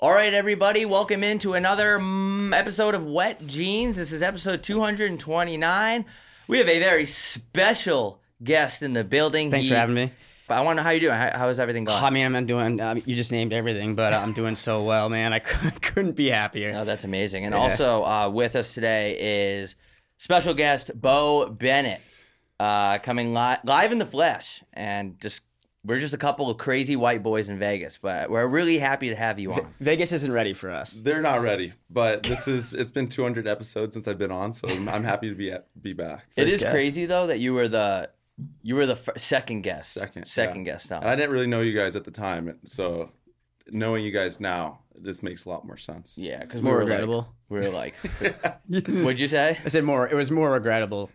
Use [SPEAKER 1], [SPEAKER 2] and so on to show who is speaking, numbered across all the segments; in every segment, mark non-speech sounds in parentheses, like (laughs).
[SPEAKER 1] All right, everybody, welcome into another mm, episode of Wet Jeans. This is episode 229. We have a very special guest in the building.
[SPEAKER 2] Thanks
[SPEAKER 1] He-
[SPEAKER 2] for having me.
[SPEAKER 1] I want to know how you doing. How, how is everything going?
[SPEAKER 2] I mean, I'm doing. Um, you just named everything, but uh, I'm doing so well, man. I (laughs) cou- couldn't be happier.
[SPEAKER 1] Oh, that's amazing. And also uh, with us today is special guest Bo Bennett, uh, coming li- live in the flesh. And just we're just a couple of crazy white boys in Vegas, but we're really happy to have you on.
[SPEAKER 2] Vegas isn't ready for us.
[SPEAKER 3] They're not ready, but this is it's been 200 episodes since I've been on, so I'm, I'm happy to be at, be back.
[SPEAKER 1] It is
[SPEAKER 2] guest.
[SPEAKER 1] crazy though that you were the you were the f- second guest,
[SPEAKER 3] Second,
[SPEAKER 1] second
[SPEAKER 3] yeah.
[SPEAKER 1] guest on.
[SPEAKER 3] And I didn't really know you guys at the time, so knowing you guys now, this makes a lot more sense.
[SPEAKER 1] yeah, because we
[SPEAKER 2] More
[SPEAKER 1] were
[SPEAKER 2] regrettable.
[SPEAKER 1] Like, we were like, what'd you say?
[SPEAKER 2] I said more. It was more regrettable.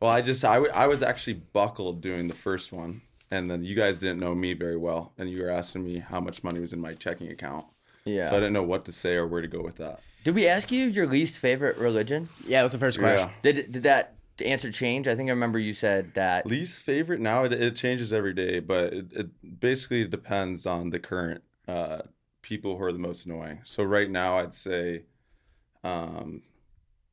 [SPEAKER 3] Well, I just I w- I was actually buckled doing the first one, and then you guys didn't know me very well, and you were asking me how much money was in my checking account.
[SPEAKER 1] Yeah.
[SPEAKER 3] So I didn't know what to say or where to go with that.
[SPEAKER 1] Did we ask you your least favorite religion?
[SPEAKER 2] Yeah, that was the first question.
[SPEAKER 1] Did did that answer change? I think I remember you said that.
[SPEAKER 3] Least favorite now it, it changes every day, but it, it basically depends on the current uh, people who are the most annoying. So right now, I'd say, um,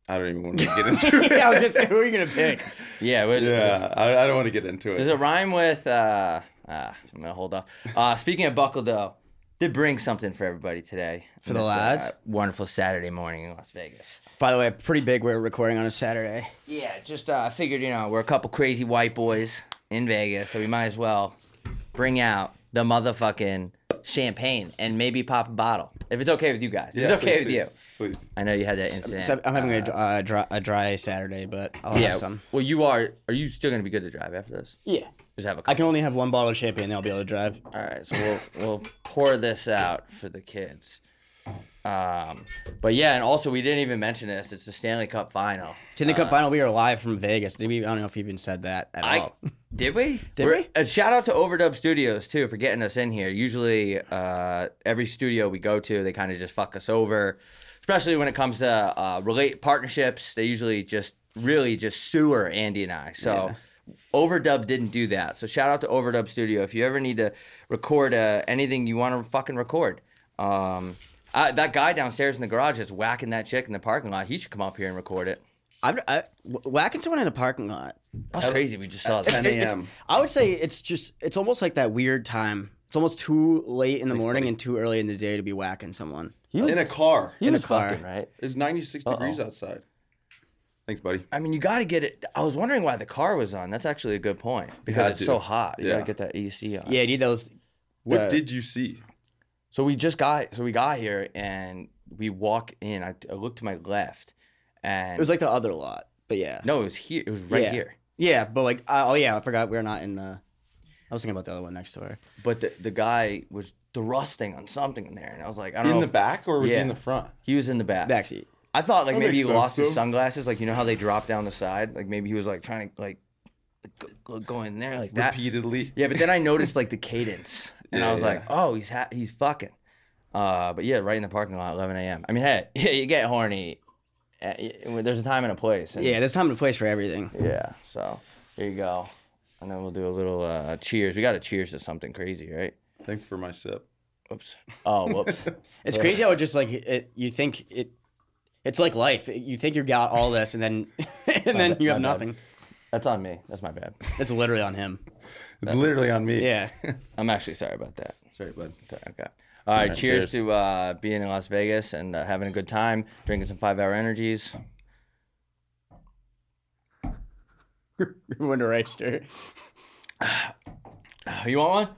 [SPEAKER 3] I don't even
[SPEAKER 1] (laughs)
[SPEAKER 3] want to get into
[SPEAKER 2] (laughs)
[SPEAKER 3] it.
[SPEAKER 2] yeah, I was gonna say, who are you gonna pick?
[SPEAKER 1] Yeah, we-
[SPEAKER 3] Yeah, I, I don't want to get into it.
[SPEAKER 1] Does it rhyme with? Uh, uh, I'm gonna hold up. Uh, speaking of buckle dough, did bring something for everybody today for
[SPEAKER 2] the lads?
[SPEAKER 1] wonderful Saturday morning in Las Vegas.
[SPEAKER 2] By the way, pretty big. We're recording on a Saturday.
[SPEAKER 1] Yeah, just uh, I figured you know we're a couple crazy white boys in Vegas, so we might as well bring out the motherfucking champagne and maybe pop a bottle if it's okay with you guys. If
[SPEAKER 3] Yeah,
[SPEAKER 1] it's okay
[SPEAKER 3] please,
[SPEAKER 1] with you.
[SPEAKER 3] please, Please.
[SPEAKER 1] I know you had that incident.
[SPEAKER 2] So I'm having a, uh, dry, a dry Saturday, but I'll
[SPEAKER 1] yeah.
[SPEAKER 2] have some.
[SPEAKER 1] Well, you are. Are you still gonna be good to drive after this?
[SPEAKER 2] Yeah.
[SPEAKER 1] Just have a.
[SPEAKER 2] I can only have one bottle of champagne. Then I'll be able to drive.
[SPEAKER 1] All right, so we'll we'll pour this out for the kids. Um, but yeah, and also we didn't even mention this. It's the Stanley Cup final.
[SPEAKER 2] Stanley Cup final. We are live from Vegas. Did we, I don't know if you even said that at
[SPEAKER 1] I
[SPEAKER 2] all.
[SPEAKER 1] did we
[SPEAKER 2] Did we?
[SPEAKER 1] A shout out to Overdub Studios too for getting us in here. Usually, uh, every studio we go to, they kind of just fuck us over, especially when it comes to uh, relate partnerships. They usually just really just sewer Andy and I. So. Overdub didn't do that. So shout out to Overdub Studio. If you ever need to record uh, anything you want to fucking record, um, I, that guy downstairs in the garage that's whacking that chick in the parking lot. He should come up here and record it.
[SPEAKER 2] I'm I, whacking someone in the parking lot.
[SPEAKER 1] That's crazy. We just saw that.
[SPEAKER 3] 10 a.m.
[SPEAKER 2] I would say it's just it's almost like that weird time. It's almost too late in the morning and too early in the day to be whacking someone. You
[SPEAKER 3] In a car.
[SPEAKER 2] in a
[SPEAKER 1] It's
[SPEAKER 2] car.
[SPEAKER 1] fucking right.
[SPEAKER 3] It's 96 degrees outside. Thanks, buddy.
[SPEAKER 1] I mean, you got to get it. I was wondering why the car was on. That's actually a good point because
[SPEAKER 3] had
[SPEAKER 1] it's
[SPEAKER 3] to.
[SPEAKER 1] so hot. You
[SPEAKER 3] Yeah.
[SPEAKER 1] got to get that AC on.
[SPEAKER 2] Yeah, you need those. the-
[SPEAKER 3] What did you see?
[SPEAKER 1] So we just got. So we got here and we walk in. I, I looked to my left, and
[SPEAKER 2] It was like the other lot, but yeah,
[SPEAKER 1] no, it was here. It was right
[SPEAKER 2] Yeah.
[SPEAKER 1] here.
[SPEAKER 2] yeah, but like uh, oh yeah, I forgot we are not in the. I was thinking about the other one next door.
[SPEAKER 1] But the the guy was thrusting on something in there, and I was like, I don't
[SPEAKER 3] In
[SPEAKER 1] know.
[SPEAKER 3] the
[SPEAKER 1] if-
[SPEAKER 3] back or was
[SPEAKER 1] Yeah.
[SPEAKER 3] he in the front?
[SPEAKER 1] He was in the back.
[SPEAKER 2] Backseat.
[SPEAKER 1] I thought like
[SPEAKER 3] That
[SPEAKER 1] maybe he
[SPEAKER 3] makes sense,
[SPEAKER 1] lost his
[SPEAKER 3] though.
[SPEAKER 1] sunglasses. Like you know how they drop down the side. Like maybe he was like trying to like go, go, go in there like that.
[SPEAKER 3] Repeatedly.
[SPEAKER 1] Yeah, but then I noticed like the cadence, and I
[SPEAKER 3] Yeah,
[SPEAKER 1] was
[SPEAKER 3] yeah.
[SPEAKER 1] like, "Oh, he's ha- he's fucking." Uh, but yeah, right in the parking lot, 11 a.m. I mean, hey, (laughs) you get horny. uh, y- when There's a time and a place. and-
[SPEAKER 2] Yeah, there's time and place for everything.
[SPEAKER 1] yeah. So here you go, and then we'll do a little uh, cheers. We got to cheers to something crazy, right?
[SPEAKER 3] Thanks for my sip.
[SPEAKER 1] Whoops. Oh, whoops.
[SPEAKER 2] It's crazy how it just like it. You think it. It's like life. You think you got all this, and then (laughs) and then
[SPEAKER 1] bad,
[SPEAKER 2] you have
[SPEAKER 1] my bad.
[SPEAKER 2] nothing.
[SPEAKER 1] That's on me. That's my bad.
[SPEAKER 2] It's literally on him.
[SPEAKER 3] It's literally on me.
[SPEAKER 2] (laughs) Yeah.
[SPEAKER 1] I'm actually sorry about that.
[SPEAKER 3] Sorry, bud.
[SPEAKER 1] Sorry, Okay. All right.
[SPEAKER 3] right,
[SPEAKER 1] cheers,
[SPEAKER 3] cheers.
[SPEAKER 1] to uh, being in Las Vegas and uh, having a good time, drinking some five-hour energies.
[SPEAKER 2] Winter Reister.
[SPEAKER 1] You want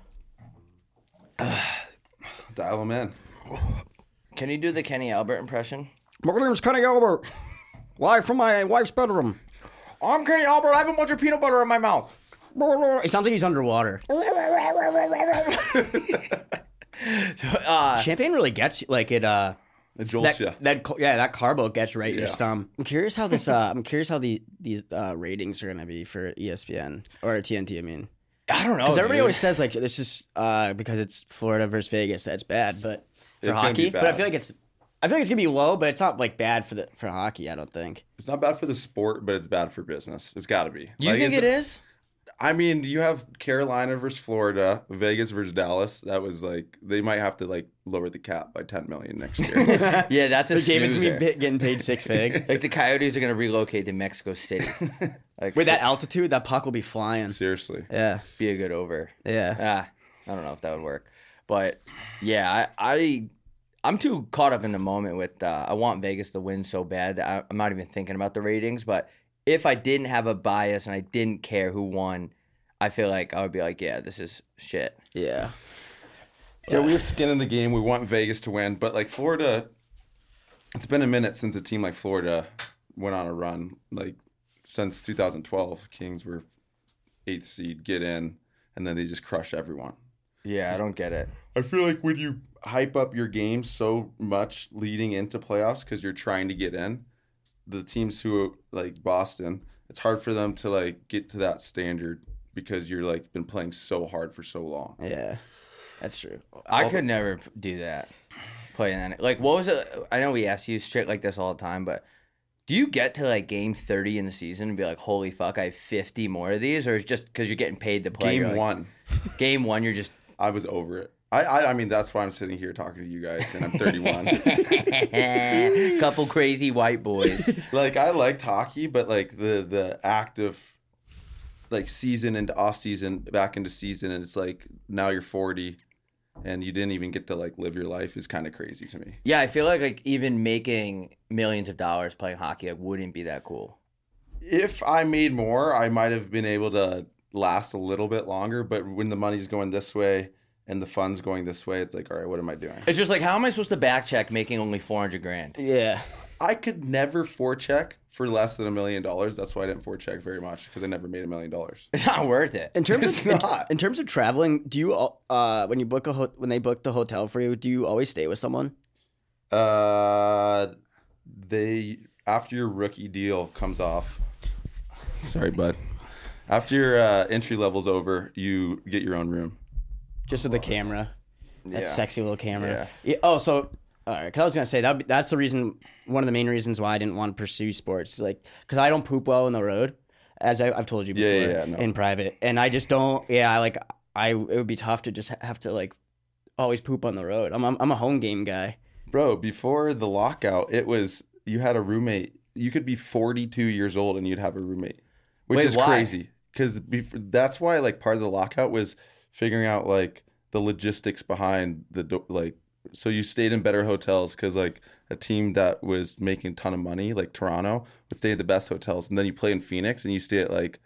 [SPEAKER 1] one?
[SPEAKER 3] Dial him in.
[SPEAKER 1] Can you do the Kenny Albert impression?
[SPEAKER 2] My name's Kenny Albert. Live from my wife's bedroom.
[SPEAKER 1] I'm Kenny Albert. I have a bunch of peanut butter in my mouth.
[SPEAKER 2] It sounds like he's (laughs) underwater.
[SPEAKER 1] Uh,
[SPEAKER 2] Champagne really gets you, like it. Uh,
[SPEAKER 3] It jolts
[SPEAKER 2] that,
[SPEAKER 3] you.
[SPEAKER 2] that co- yeah, that carbo gets right in your
[SPEAKER 3] Yeah.
[SPEAKER 2] stomach. I'm curious how this. Uh, I'm curious how the these uh, ratings are gonna be for E ESPN or TNT. I mean,
[SPEAKER 1] I don't know.
[SPEAKER 2] because everybody
[SPEAKER 1] dude.
[SPEAKER 2] always says like this is uh, because it's Florida versus Vegas that's bad, but for
[SPEAKER 3] It's gonna
[SPEAKER 2] hockey.
[SPEAKER 3] be
[SPEAKER 2] But I
[SPEAKER 3] bad.
[SPEAKER 2] feel like it's. I feel like it's gonna be low, but it's not like bad for the for hockey. I don't think.
[SPEAKER 3] It's not bad for the sport, but it's bad for business. It's got to be.
[SPEAKER 1] You
[SPEAKER 3] Like,
[SPEAKER 1] think it
[SPEAKER 3] it's-
[SPEAKER 1] is?
[SPEAKER 3] I mean, you have Carolina versus Florida, Vegas versus Dallas. That was like they might have to like lower the cap by ten million next
[SPEAKER 1] (laughs)
[SPEAKER 3] year.
[SPEAKER 1] (laughs) Yeah, that's a
[SPEAKER 2] The David's gonna
[SPEAKER 1] snoozer.
[SPEAKER 2] be bit- getting paid six figs.
[SPEAKER 1] Like the Coyotes are gonna relocate to Mexico (laughs) City. Like
[SPEAKER 2] With that altitude, that puck will be flying.
[SPEAKER 3] Seriously,
[SPEAKER 2] Yeah,
[SPEAKER 1] be a good over.
[SPEAKER 2] yeah.
[SPEAKER 1] Ah, I don't know if that would work, but yeah, I, I I'm too caught up in the moment with uh, I want Vegas to win so bad that I, I'm not even thinking about the ratings. But if I didn't have a bias and I didn't care who won, I feel like I would be like, yeah, this is shit.
[SPEAKER 2] Yeah.
[SPEAKER 3] yeah, we have skin in the game. We want Vegas to win, but like Florida, it's been a minute since a team like Florida went on a run. Like since 2012, Kings were eighth seed, get in, and then they just crush everyone.
[SPEAKER 1] Yeah, I don't get it.
[SPEAKER 3] I feel like when you hype up your game so much leading into playoffs because you're trying to get in, the teams who like Boston, it's hard for them to like get to that standard because you're like been playing so hard for so long.
[SPEAKER 2] Yeah. That's true.
[SPEAKER 1] I could never p- do that. Playing that, like, what was it? I know we ask you shit like this all the time, but do you get to like game thirty in the season and be like, holy fuck, I have fifty more of these, or is just because you're getting paid to play?
[SPEAKER 3] Game
[SPEAKER 1] you're like-
[SPEAKER 3] one,
[SPEAKER 1] game one, you're
[SPEAKER 3] (laughs)
[SPEAKER 1] just (laughs)
[SPEAKER 3] I was over it. I, I I mean that's why I'm sitting here talking to you guys and I'm (laughs) 31.
[SPEAKER 1] couple crazy white boys.
[SPEAKER 3] like I liked hockey, but like the the act of like season into off season back into season and it's like now you're 40 and you didn't even get to like live your life is kind of crazy to me.
[SPEAKER 1] Yeah, I feel like like even making millions of dollars playing hockey like, wouldn't be that cool.
[SPEAKER 3] if I made more, I might have been able to last a little bit longer. But when the money's going this way and the funds going this way, it's like, all right, what am I doing?
[SPEAKER 1] It's just like how am I supposed to back check making only four hundred grand?
[SPEAKER 2] Yeah.
[SPEAKER 3] I could never forecheck for less than a million dollars. That's why I didn't forecheck very much because I never made a million dollars.
[SPEAKER 1] It's not worth it.
[SPEAKER 2] In terms
[SPEAKER 3] It's
[SPEAKER 2] of in,
[SPEAKER 3] not.
[SPEAKER 2] in terms of traveling, do you al- uh when you book a ho- when they book the hotel for you, do you always stay with someone?
[SPEAKER 3] Uh, they after your rookie deal comes off. Sorry, bud. After your uh, entry level's over, you get your own room.
[SPEAKER 2] Just with the camera, that
[SPEAKER 3] Yeah.
[SPEAKER 2] sexy little camera. Yeah, Oh, so all right. 'cause I was gonna say that that's the reason, one of the main reasons why I didn't want to pursue sports, like because I don't poop well in the road, as I, I've told you before
[SPEAKER 3] Yeah, yeah, yeah, no.
[SPEAKER 2] in private, and I just don't. Yeah, I like I it would be tough to just ha- have to like always poop on the road. I'm I'm, I'm a home game
[SPEAKER 3] (laughs)
[SPEAKER 2] guy.
[SPEAKER 3] Bro, before the lockout, it was you had a roommate. You could be 42 years old and you'd have a roommate, which
[SPEAKER 1] Wait,
[SPEAKER 3] is
[SPEAKER 1] why?
[SPEAKER 3] crazy. Because that's why, like, part of the lockout was figuring out like the logistics behind the do- like. So you stayed in better hotels because like a team that was making a ton of money, like Toronto, would stay at the best hotels, and then you play in Phoenix and you stay at like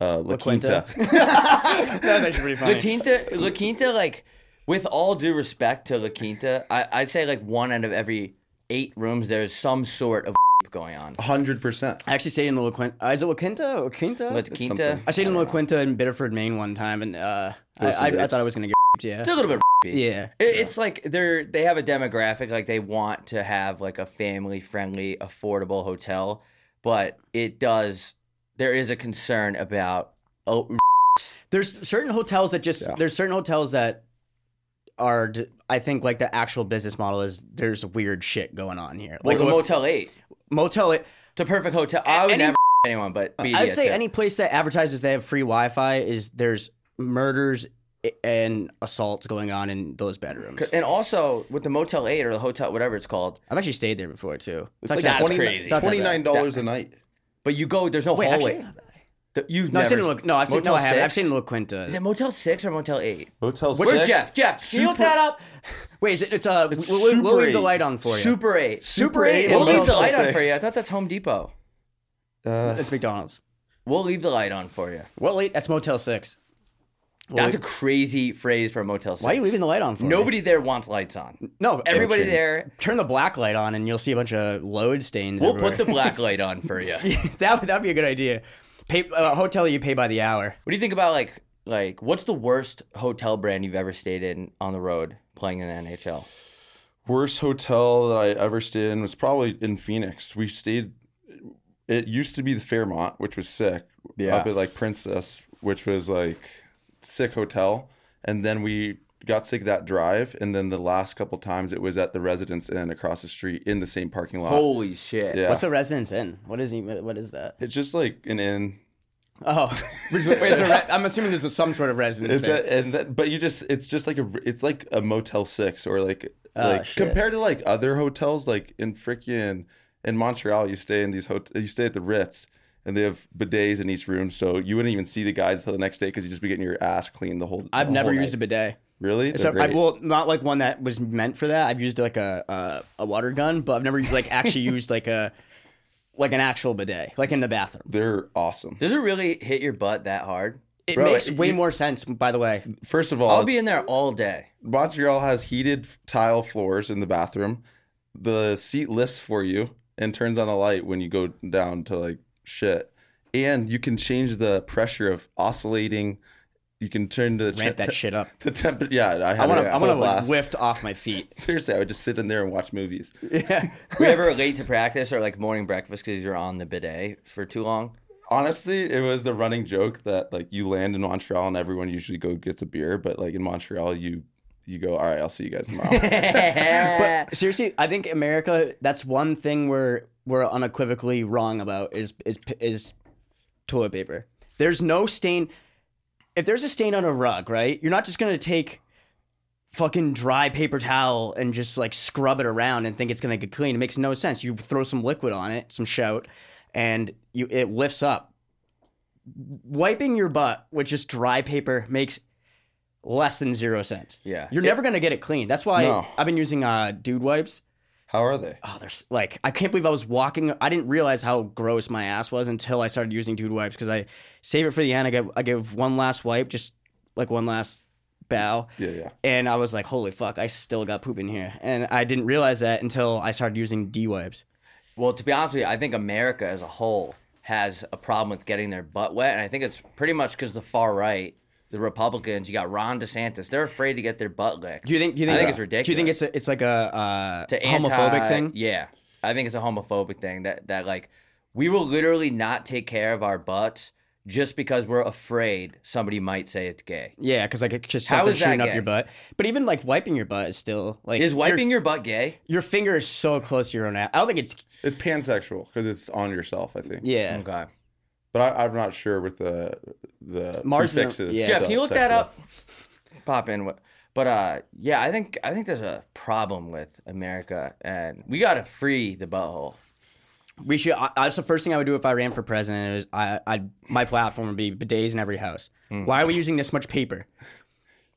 [SPEAKER 3] uh, La,
[SPEAKER 2] Quinta.
[SPEAKER 3] Quinta.
[SPEAKER 2] That was actually pretty funny.
[SPEAKER 1] La Quinta, La Quinta, like with all due respect to La Quinta, I, I'd say like one out of every eight rooms there's some sort of (laughs) going on.
[SPEAKER 3] Hundred percent.
[SPEAKER 2] I actually stayed in the La Quinta. Is it La Quinta? La Quinta?
[SPEAKER 1] La Quinta, uh,
[SPEAKER 3] something.
[SPEAKER 2] I stayed in La Quinta in Biddeford, Maine one time, and uh, I,
[SPEAKER 3] Those are
[SPEAKER 2] I, I
[SPEAKER 3] rapes.
[SPEAKER 2] thought I was gonna get (laughs) yeah,
[SPEAKER 1] it's a little bit. rapey.
[SPEAKER 2] yeah,
[SPEAKER 1] It, It's like they're they have a demographic like they want to have like a family friendly, affordable hotel, but it does there is a concern about (laughs) oh
[SPEAKER 2] There's certain hotels that just
[SPEAKER 3] Yeah.
[SPEAKER 2] there's certain hotels that are d- I think like the actual business model is there's weird shit going on here.
[SPEAKER 1] like
[SPEAKER 2] Like
[SPEAKER 1] a
[SPEAKER 2] look,
[SPEAKER 1] Motel Eight,
[SPEAKER 2] motel, it
[SPEAKER 1] it's a perfect hotel. I would
[SPEAKER 2] Any-
[SPEAKER 1] never (laughs) anyone, but BDSM.
[SPEAKER 2] I would say any place that advertises they have free Wi-Fi is there's murders i- and assaults going on in those bedrooms.
[SPEAKER 1] and also with the Motel Eight or the hotel, whatever it's called,
[SPEAKER 2] I've actually stayed there before too. It's,
[SPEAKER 1] like
[SPEAKER 2] actually-
[SPEAKER 1] that's crazy.
[SPEAKER 2] it's not that bad.
[SPEAKER 3] dollars a night.
[SPEAKER 1] but you go there's no
[SPEAKER 2] Wait,
[SPEAKER 1] hallway.
[SPEAKER 2] actually,
[SPEAKER 1] The- You've
[SPEAKER 2] no, I've seen
[SPEAKER 1] never
[SPEAKER 2] La, no, I've seen no,
[SPEAKER 1] Motel
[SPEAKER 2] I haven't. I've
[SPEAKER 1] Six?
[SPEAKER 2] seen La Quinta.
[SPEAKER 1] Is it Motel Six or Motel Eight?
[SPEAKER 3] Hotel
[SPEAKER 1] Where's
[SPEAKER 3] six.
[SPEAKER 1] Jeff? Jeff, can you look
[SPEAKER 2] Super-
[SPEAKER 1] that up?
[SPEAKER 2] Wait, is it, it's uh,
[SPEAKER 3] It's
[SPEAKER 2] we'll, we'll- we'll
[SPEAKER 3] Super
[SPEAKER 2] leave the
[SPEAKER 3] 8.
[SPEAKER 2] light on for you.
[SPEAKER 1] Super Eight.
[SPEAKER 2] Super 8
[SPEAKER 1] We'll
[SPEAKER 2] and
[SPEAKER 1] leave the
[SPEAKER 2] Motel
[SPEAKER 1] light on for
[SPEAKER 3] Six.
[SPEAKER 1] you. I thought that's Home Depot.
[SPEAKER 3] Uh,
[SPEAKER 2] It's McDonald's.
[SPEAKER 1] We'll leave the light on for you.
[SPEAKER 2] Well, wait, that's Motel Six. Well,
[SPEAKER 1] That's a
[SPEAKER 2] wait,
[SPEAKER 1] crazy phrase for a Motel 6.
[SPEAKER 2] why are you leaving the light on for? me?
[SPEAKER 1] Nobody there wants lights on.
[SPEAKER 2] no,
[SPEAKER 1] Everybody
[SPEAKER 3] changed.
[SPEAKER 1] there,
[SPEAKER 2] Turn the black light on, and you'll see a bunch of load stains.
[SPEAKER 1] we'll put the black light on
[SPEAKER 2] (laughs)
[SPEAKER 1] for you. What
[SPEAKER 2] the that would that'd be a good idea. Pay uh, hotel you pay by the hour.
[SPEAKER 1] do you think about like like what's the worst hotel brand you've ever stayed in on the road playing in the NHL?
[SPEAKER 3] worst hotel that I ever stayed in was probably in Phoenix. We stayed. It used to be the Fairmont, which was sick.
[SPEAKER 1] Yeah.
[SPEAKER 3] Up at like Princess, which was like sick hotel, and then we got sick that drive, and then the last couple times it was at the Residence Inn across the street in the same parking lot.
[SPEAKER 1] Holy shit.
[SPEAKER 3] yeah.
[SPEAKER 2] What's a residence in? What is he, What is that?
[SPEAKER 3] it's just like an inn.
[SPEAKER 2] Oh, Which (laughs) is- wait, so re- I'm assuming there's some sort of residence
[SPEAKER 3] It's
[SPEAKER 2] there.
[SPEAKER 3] a, and that, but you just it's just like a it's like a Motel Six or like
[SPEAKER 2] Oh,
[SPEAKER 3] like
[SPEAKER 2] shit.
[SPEAKER 3] compared to like other hotels like in frickin' in Montreal you stay in these hot you stay at the Ritz and they have bidets in each room so you wouldn't even see the guys till the next day because you just be getting your ass cleaned the whole.
[SPEAKER 2] I've never used a bidet.
[SPEAKER 3] a really. They're
[SPEAKER 2] So I,
[SPEAKER 3] great.
[SPEAKER 2] well, not like one that was meant for that. I've used like a a, a water gun, but I've never like actually (laughs) used like a like an actual bidet, like in the bathroom.
[SPEAKER 3] They're awesome.
[SPEAKER 1] Does it really hit your butt that hard?
[SPEAKER 2] It
[SPEAKER 3] Bro,
[SPEAKER 2] makes
[SPEAKER 3] it-
[SPEAKER 2] way
[SPEAKER 3] you-
[SPEAKER 2] more sense, by the way.
[SPEAKER 3] First of all,
[SPEAKER 1] I'll
[SPEAKER 3] it's-
[SPEAKER 1] be in there all day.
[SPEAKER 3] Montreal has heated tile floors in the bathroom. The seat lifts for you and turns on a light when you go down to like shit. And you can change the pressure of oscillating. You can turn the
[SPEAKER 2] Ramp that shit up.
[SPEAKER 3] the temp. Yeah, I had
[SPEAKER 2] I want
[SPEAKER 3] it
[SPEAKER 2] to.
[SPEAKER 3] at
[SPEAKER 2] I want to like
[SPEAKER 3] full blast.
[SPEAKER 2] whiffed off my feet.
[SPEAKER 3] (laughs) Seriously, I would just sit in there and watch movies.
[SPEAKER 2] Yeah.
[SPEAKER 1] Were you ever late to practice or like morning breakfast because you're on the bidet for too long?
[SPEAKER 3] Honestly, it was the running joke that like you land in Montreal and everyone usually go gets a beer, but like in Montreal you you go all right. I'll see you
[SPEAKER 2] (laughs)
[SPEAKER 3] guys tomorrow.
[SPEAKER 1] but,
[SPEAKER 2] Seriously, I think America. That's one thing we're we're unequivocally wrong about is is is toilet paper. There's no stain. If there's a stain on a rug, right? You're not just gonna take fucking dry paper towel and just like scrub it around and think it's gonna get clean. It makes no sense. You throw some liquid on it, some shout, and you it lifts up. Wiping your butt with just dry paper makes less than zero sense.
[SPEAKER 1] Yeah.
[SPEAKER 2] You're never gonna get it clean. That's why
[SPEAKER 3] No.
[SPEAKER 2] I've been using uh dude wipes.
[SPEAKER 3] How are they?
[SPEAKER 2] Oh, there's like I can't believe I was walking. I didn't realize how gross my ass was until I started using dude wipes because I save it for the end. I give I give one last wipe, just like one last bow.
[SPEAKER 3] Yeah, yeah.
[SPEAKER 2] And I was like, holy fuck, I still got poop in here, and I didn't realize that until I started using D wipes.
[SPEAKER 1] well, to be honest with you, I think America as a whole has a problem with getting their butt wet, and I think it's pretty much because the far right, the Republicans, you got Ron DeSantis, they're afraid to get their butt licked.
[SPEAKER 2] Do you think? Do you think,
[SPEAKER 1] I think it's ridiculous.
[SPEAKER 2] Do you think it's a, it's like a uh,
[SPEAKER 1] to
[SPEAKER 2] homophobic
[SPEAKER 1] anti-
[SPEAKER 2] thing?
[SPEAKER 1] Yeah, I think it's a homophobic thing that that like we will literally not take care of our butts just because we're afraid somebody might say it's gay.
[SPEAKER 2] Yeah, because like it's just
[SPEAKER 1] How
[SPEAKER 2] something
[SPEAKER 1] is that
[SPEAKER 2] shooting up
[SPEAKER 1] gay?
[SPEAKER 2] your butt. But even like wiping your butt is still like
[SPEAKER 1] Is wiping
[SPEAKER 2] your
[SPEAKER 1] your butt gay?
[SPEAKER 2] your finger is so close to your own ass. I don't think it's
[SPEAKER 3] It's pansexual because it's on yourself. I think.
[SPEAKER 2] yeah.
[SPEAKER 1] Okay.
[SPEAKER 3] But I, I'm not sure with the the
[SPEAKER 2] Mars is a-
[SPEAKER 3] prefixes.
[SPEAKER 2] yeah.
[SPEAKER 1] Jeff,
[SPEAKER 3] so
[SPEAKER 1] can you look
[SPEAKER 3] sexual.
[SPEAKER 1] that up? Pop in what? But uh, yeah, I think I think there's a problem with America, and we gotta free the butthole.
[SPEAKER 2] We should. I, that's the first thing I would do if I ran for president. Is I, I my platform would be bidets in every house. Why are we using this much paper?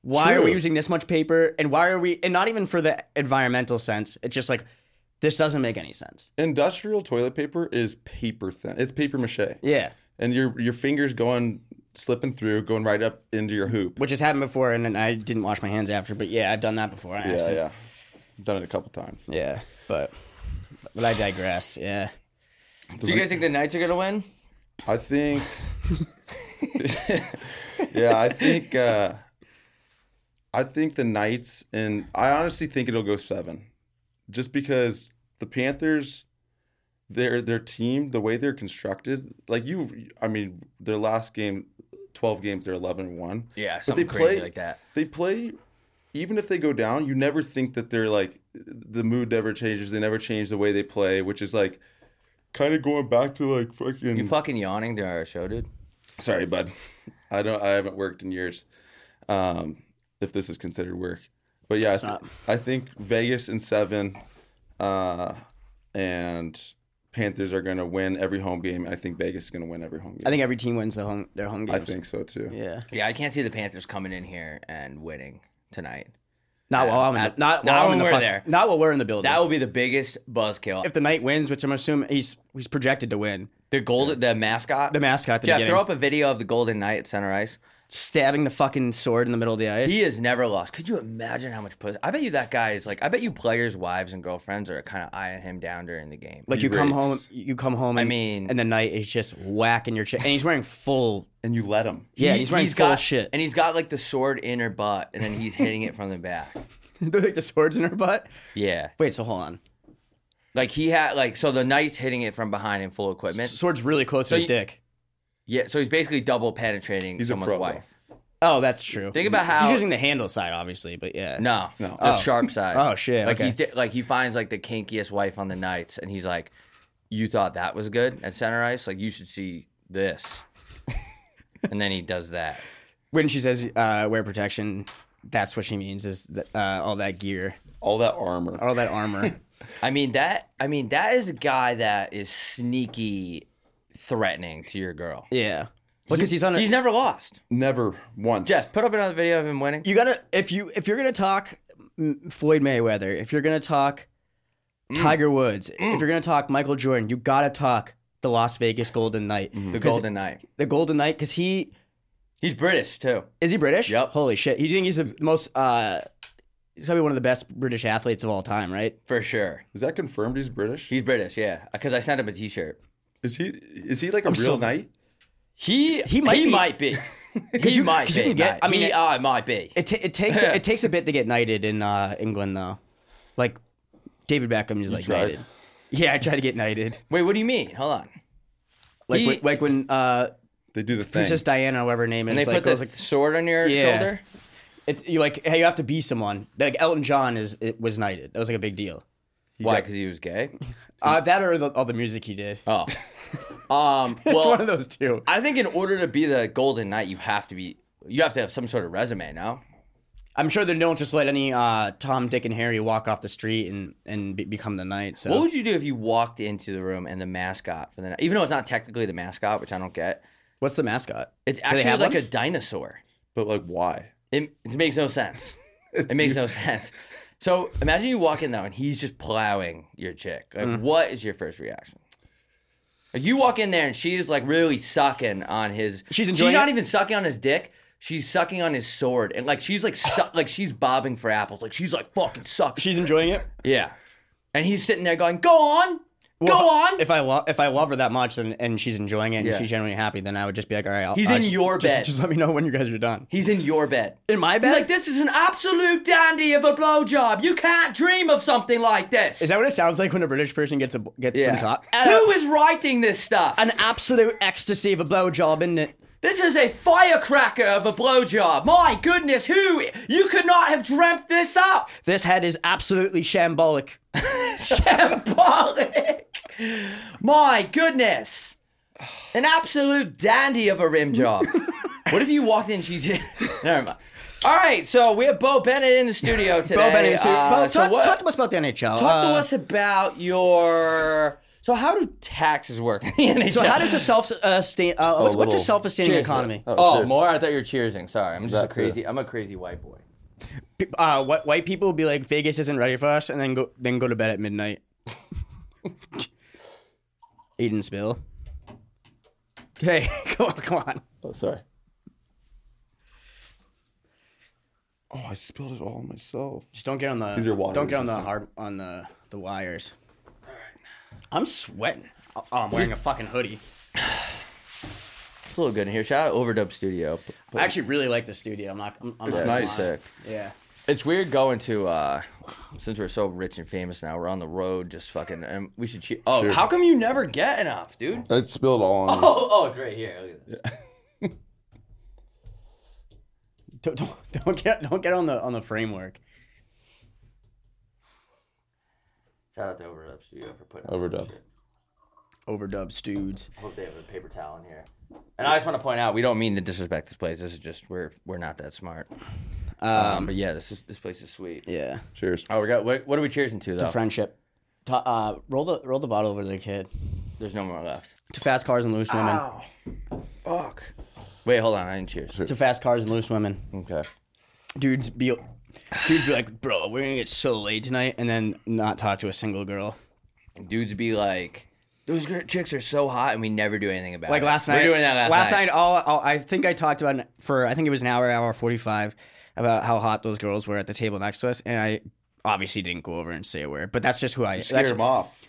[SPEAKER 2] Why are we
[SPEAKER 3] True.
[SPEAKER 2] using this much paper? And why are we? And not even for the environmental sense. It's just like this doesn't make any sense.
[SPEAKER 3] Industrial toilet paper is paper thin. It's paper mache,
[SPEAKER 2] Yeah,
[SPEAKER 3] and your your fingers going slipping through, going right up into your hoop.
[SPEAKER 2] which has happened before, and, then I didn't wash my hands after. But yeah, I've done that before. I
[SPEAKER 3] Yeah,
[SPEAKER 2] actually-
[SPEAKER 3] yeah. Done it a couple times.
[SPEAKER 2] yeah. But but I digress. Yeah.
[SPEAKER 1] Do you guys think the Knights are gonna win?
[SPEAKER 3] I think. (laughs) yeah, I think. Uh, I think the Knights, and I honestly think it'll go seven, just because the Panthers, their their team, the way they're constructed, like you, I mean, their last game, twelve games, they're eleven and one.
[SPEAKER 1] Yeah,
[SPEAKER 3] but they
[SPEAKER 1] something crazy
[SPEAKER 3] play
[SPEAKER 1] like that.
[SPEAKER 3] They play, even if they go down, you never think that they're like the mood never changes. They never change the way they play, which is like kind of going back to like fucking
[SPEAKER 1] You fucking yawning during our show, dude.
[SPEAKER 3] Sorry, bud. I don't. I haven't worked in years. Um, if this is considered work, but yeah, I, th- I think Vegas and seven, uh, and Panthers are going to win every home game. I think Vegas is going to win every home game.
[SPEAKER 2] I think every team wins the home their home
[SPEAKER 3] I
[SPEAKER 2] games.
[SPEAKER 3] think so too.
[SPEAKER 2] Yeah.
[SPEAKER 1] Yeah, I can't see the Panthers coming in here and winning tonight.
[SPEAKER 2] Not while I'm in the,
[SPEAKER 1] not
[SPEAKER 2] not while I'm
[SPEAKER 1] when
[SPEAKER 2] in the
[SPEAKER 1] we're
[SPEAKER 2] fuck-
[SPEAKER 1] there.
[SPEAKER 2] Not while we're in the building.
[SPEAKER 1] That would be the biggest buzzkill.
[SPEAKER 2] if the knight wins, which I'm assuming he's he's projected to win,
[SPEAKER 1] The gold, the mascot,
[SPEAKER 2] the mascot at the
[SPEAKER 1] Jeff,
[SPEAKER 2] beginning,
[SPEAKER 1] throw up a video of the Golden Knight at Center Ice.
[SPEAKER 2] stabbing the fucking sword in the middle of the ice.
[SPEAKER 1] He has never lost. Could you imagine how much pussy? I bet you that guy is like. I bet you players' wives and girlfriends are kind of eyeing him down during the game.
[SPEAKER 2] like
[SPEAKER 3] he
[SPEAKER 2] you come
[SPEAKER 3] rakes.
[SPEAKER 2] home, you come home. And,
[SPEAKER 1] mean-
[SPEAKER 2] and the knight is just whacking your chest, and he's wearing full. (laughs)
[SPEAKER 3] And you let them.
[SPEAKER 2] Yeah, he's wearing full
[SPEAKER 1] got
[SPEAKER 2] shit.
[SPEAKER 1] and he's got like the sword in her butt, and then he's hitting it from the
[SPEAKER 2] (laughs)
[SPEAKER 1] back.
[SPEAKER 2] like the swords in her butt.
[SPEAKER 1] Yeah,
[SPEAKER 2] Wait, so hold on.
[SPEAKER 1] like he had like so the knight's hitting it from behind in full
[SPEAKER 2] The
[SPEAKER 1] equipment.
[SPEAKER 2] sword's really close to his
[SPEAKER 1] you-
[SPEAKER 2] dick.
[SPEAKER 1] Yeah, so he's basically double penetrating
[SPEAKER 3] He's a
[SPEAKER 1] someone's
[SPEAKER 3] pro,
[SPEAKER 1] wife.
[SPEAKER 2] Oh, that's true.
[SPEAKER 1] Think about how-
[SPEAKER 2] he's using the handle side, obviously, but yeah.
[SPEAKER 1] No,
[SPEAKER 3] No.
[SPEAKER 1] the
[SPEAKER 2] Oh.
[SPEAKER 1] sharp side.
[SPEAKER 2] Oh, shit,
[SPEAKER 1] Like
[SPEAKER 2] okay.
[SPEAKER 1] he's di- like he finds like the kinkiest wife on the nights, and he's like, "You thought that was good at center ice? Like you should see this." (laughs) and then he does that.
[SPEAKER 2] When she says uh, wear protection, that's what she means is th- uh, all that gear,
[SPEAKER 3] All that armor.
[SPEAKER 2] all that
[SPEAKER 1] (laughs)
[SPEAKER 2] armor.
[SPEAKER 1] I mean that. I mean that is a guy that is sneaky, threatening to your girl.
[SPEAKER 2] yeah, because he's on. A,
[SPEAKER 1] He's never lost.
[SPEAKER 3] Never once.
[SPEAKER 1] Jeff, put up another video of him winning.
[SPEAKER 2] you gotta if you if you're gonna talk mm, Floyd Mayweather, if you're gonna talk
[SPEAKER 1] Mm.
[SPEAKER 2] Tiger Woods, if you're gonna talk Michael Jordan, you gotta talk the Las Vegas Golden Knight,
[SPEAKER 1] The
[SPEAKER 2] 'Cause-
[SPEAKER 1] Mm-hmm. Golden Knight.
[SPEAKER 2] the Golden Knight, because he
[SPEAKER 1] He's British too.
[SPEAKER 2] Is he British?
[SPEAKER 1] Yep.
[SPEAKER 2] Holy shit. You think he's the most uh he's probably one of the best British athletes of all time, right?
[SPEAKER 1] For sure.
[SPEAKER 3] Is that confirmed he's British?
[SPEAKER 1] He's British, yeah. Because I sent him a T-shirt.
[SPEAKER 3] Is he is he like a real
[SPEAKER 2] so-
[SPEAKER 3] knight?
[SPEAKER 1] He he
[SPEAKER 2] might
[SPEAKER 1] might he
[SPEAKER 2] be.
[SPEAKER 1] might
[SPEAKER 2] (laughs)
[SPEAKER 1] be. He
[SPEAKER 2] you-
[SPEAKER 1] might
[SPEAKER 2] 'cause
[SPEAKER 1] be.
[SPEAKER 2] you can get-
[SPEAKER 1] I
[SPEAKER 2] I
[SPEAKER 1] mean,
[SPEAKER 2] mean,
[SPEAKER 1] he,
[SPEAKER 2] it-
[SPEAKER 1] I might be.
[SPEAKER 2] It, ta it
[SPEAKER 1] (laughs)
[SPEAKER 2] takes it takes a bit to get knighted in uh England though. Like David Beckham is like
[SPEAKER 3] tried?
[SPEAKER 2] knighted. Yeah, I tried to get knighted.
[SPEAKER 1] Wait, what do you mean? Hold on.
[SPEAKER 2] Like
[SPEAKER 1] He-
[SPEAKER 2] when, like when uh
[SPEAKER 3] They do the thing.
[SPEAKER 2] Princess Diana, whatever her name is,
[SPEAKER 1] And they
[SPEAKER 2] like,
[SPEAKER 1] put the
[SPEAKER 2] goes like
[SPEAKER 1] sword on your
[SPEAKER 2] Yeah.
[SPEAKER 1] shoulder.
[SPEAKER 2] it, you like hey, you have to be someone. Like Elton John is it was knighted. That was like a big deal.
[SPEAKER 1] Why?
[SPEAKER 3] got-
[SPEAKER 1] Because he was
[SPEAKER 2] (laughs)
[SPEAKER 1] gay. Mm.
[SPEAKER 2] Uh, that or the, all the music he did.
[SPEAKER 1] Oh. um.
[SPEAKER 2] (laughs) it's
[SPEAKER 1] Well,
[SPEAKER 2] one of those two.
[SPEAKER 1] I think in order to be the Golden Knight, you have to be. You have to have some sort of resume now.
[SPEAKER 2] I'm sure they don't just let any uh, Tom, Dick, and Harry walk off the street and and be, become the knight. So
[SPEAKER 1] What would you do if you walked into the room and the mascot for the night, even though it's not technically the mascot, which I don't get,
[SPEAKER 2] What's the mascot?
[SPEAKER 1] it's
[SPEAKER 2] they
[SPEAKER 1] actually
[SPEAKER 2] have
[SPEAKER 1] like
[SPEAKER 2] one?
[SPEAKER 1] a dinosaur.
[SPEAKER 3] But like why?
[SPEAKER 1] It, it makes no
[SPEAKER 2] (laughs)
[SPEAKER 1] sense. It makes no sense. So imagine you walk in though, and he's just plowing your chick. Like,
[SPEAKER 2] Mm.
[SPEAKER 1] what is your first reaction? Like, you walk in there, and she's like really sucking on his.
[SPEAKER 2] She's enjoying
[SPEAKER 1] She's not
[SPEAKER 2] it?
[SPEAKER 1] even sucking on his dick. She's sucking on his sword, and like she's like su- like she's bobbing for apples. Like she's like fucking sucking.
[SPEAKER 2] She's enjoying it.
[SPEAKER 1] yeah, and he's sitting there going, "Go on, (laughs) go
[SPEAKER 2] Well,
[SPEAKER 1] on."
[SPEAKER 2] If I lo- if I love her that much and, and she's enjoying it and
[SPEAKER 1] Yeah.
[SPEAKER 2] she's genuinely happy, then I would just be like, all right, I'll,
[SPEAKER 1] He's
[SPEAKER 2] I'll
[SPEAKER 1] in
[SPEAKER 2] just-
[SPEAKER 1] your
[SPEAKER 2] just,
[SPEAKER 1] bed.
[SPEAKER 2] Just let me know when you guys are done.
[SPEAKER 1] he's in your bed.
[SPEAKER 2] In my
[SPEAKER 1] He's
[SPEAKER 2] bed.
[SPEAKER 1] like, "This is an absolute dandy of a blowjob. You can't dream of something like this."
[SPEAKER 2] is that what it sounds like when a British person gets a gets some top?
[SPEAKER 1] Who is writing this stuff?
[SPEAKER 2] An absolute ecstasy of a blowjob, isn't it?
[SPEAKER 1] This is a firecracker of a blowjob. My goodness, who? You could not have dreamt this up. (laughs)
[SPEAKER 2] This head is absolutely shambolic.
[SPEAKER 1] Shambolic. My goodness. An absolute dandy of a rim
[SPEAKER 2] (laughs)
[SPEAKER 1] job. what if you walked in, she's in? (laughs) Never mind. All right, so we have Bo Bennett in the studio today.
[SPEAKER 2] Bo Bennett,
[SPEAKER 1] Uh,
[SPEAKER 2] Bo,
[SPEAKER 1] so
[SPEAKER 2] talk,
[SPEAKER 1] what-
[SPEAKER 2] talk to us about the NHL.
[SPEAKER 1] talk to
[SPEAKER 2] Uh,
[SPEAKER 1] us about your. So how do taxes work?
[SPEAKER 2] So
[SPEAKER 1] (laughs)
[SPEAKER 2] how does a self uh, stand? Uh, what's, what's a
[SPEAKER 3] little-
[SPEAKER 2] self sustaining economy?
[SPEAKER 1] Oh,
[SPEAKER 3] cheers.
[SPEAKER 1] more. I thought you were cheersing. Sorry, I'm just a
[SPEAKER 3] That too.
[SPEAKER 1] crazy. I'm a crazy white boy.
[SPEAKER 2] uh, wh- white people will be like Vegas isn't ready for us, and then go then go to bed at (laughs) midnight. Aiden Spill. Hey, (laughs) come on, come on.
[SPEAKER 3] Oh sorry. Oh, I spilled it all myself.
[SPEAKER 2] Just don't get on the
[SPEAKER 3] These are water
[SPEAKER 2] don't get on the
[SPEAKER 3] resistant.
[SPEAKER 2] hard on the the wires. I'm sweating. Oh, I'm wearing a fucking hoodie.
[SPEAKER 1] It's a little good in here. Shout out Overdub Studio. P-
[SPEAKER 2] I actually really like the studio. I'm not. I'm, I'm
[SPEAKER 3] It's
[SPEAKER 2] not
[SPEAKER 3] nice.
[SPEAKER 2] lying.
[SPEAKER 1] Sick.
[SPEAKER 2] Yeah. (laughs)
[SPEAKER 1] It's weird going to uh since we're so rich and famous now, we're on the road just fucking and we should cheer. Oh,
[SPEAKER 3] Cheers.
[SPEAKER 1] how come you never get enough, dude?
[SPEAKER 3] I spilled all on me.
[SPEAKER 1] Oh, oh, it's right here. Look at this.
[SPEAKER 2] Don't, don't don't get don't get on the on the framework.
[SPEAKER 1] Shout out to Overdub Studio for
[SPEAKER 2] Oh.
[SPEAKER 1] putting
[SPEAKER 3] Overdub.
[SPEAKER 2] Overdub studes.
[SPEAKER 1] I hope they have a paper towel in here. And I just want to point out, we don't mean to disrespect this place. This is just we're we're not that smart. Um, but yeah, this is this place is sweet.
[SPEAKER 2] Yeah.
[SPEAKER 3] Cheers.
[SPEAKER 1] Oh, we got what, what are we cheersing to though?
[SPEAKER 2] friendship. Ta- uh, roll the roll the bottle over to the kid.
[SPEAKER 1] There's no more left.
[SPEAKER 2] To fast cars and loose women.
[SPEAKER 1] Fuck. Wait, hold on. I didn't cheers.
[SPEAKER 2] To fast cars and loose women.
[SPEAKER 1] Okay.
[SPEAKER 2] Dudes be dudes be like, bro, we're gonna get so late tonight, and then not talk to a single girl.
[SPEAKER 1] dudes be like, those gr- chicks are so hot, and we never do anything about
[SPEAKER 2] Like
[SPEAKER 1] it.
[SPEAKER 2] last night.
[SPEAKER 1] We're doing that last,
[SPEAKER 2] night. all, all I think I talked about it for I think it was an hour, hour forty five, about how hot those girls were at the table next to us, and I obviously didn't go over and say a word. But that's just who I.
[SPEAKER 3] Scared
[SPEAKER 2] That's,
[SPEAKER 3] him off.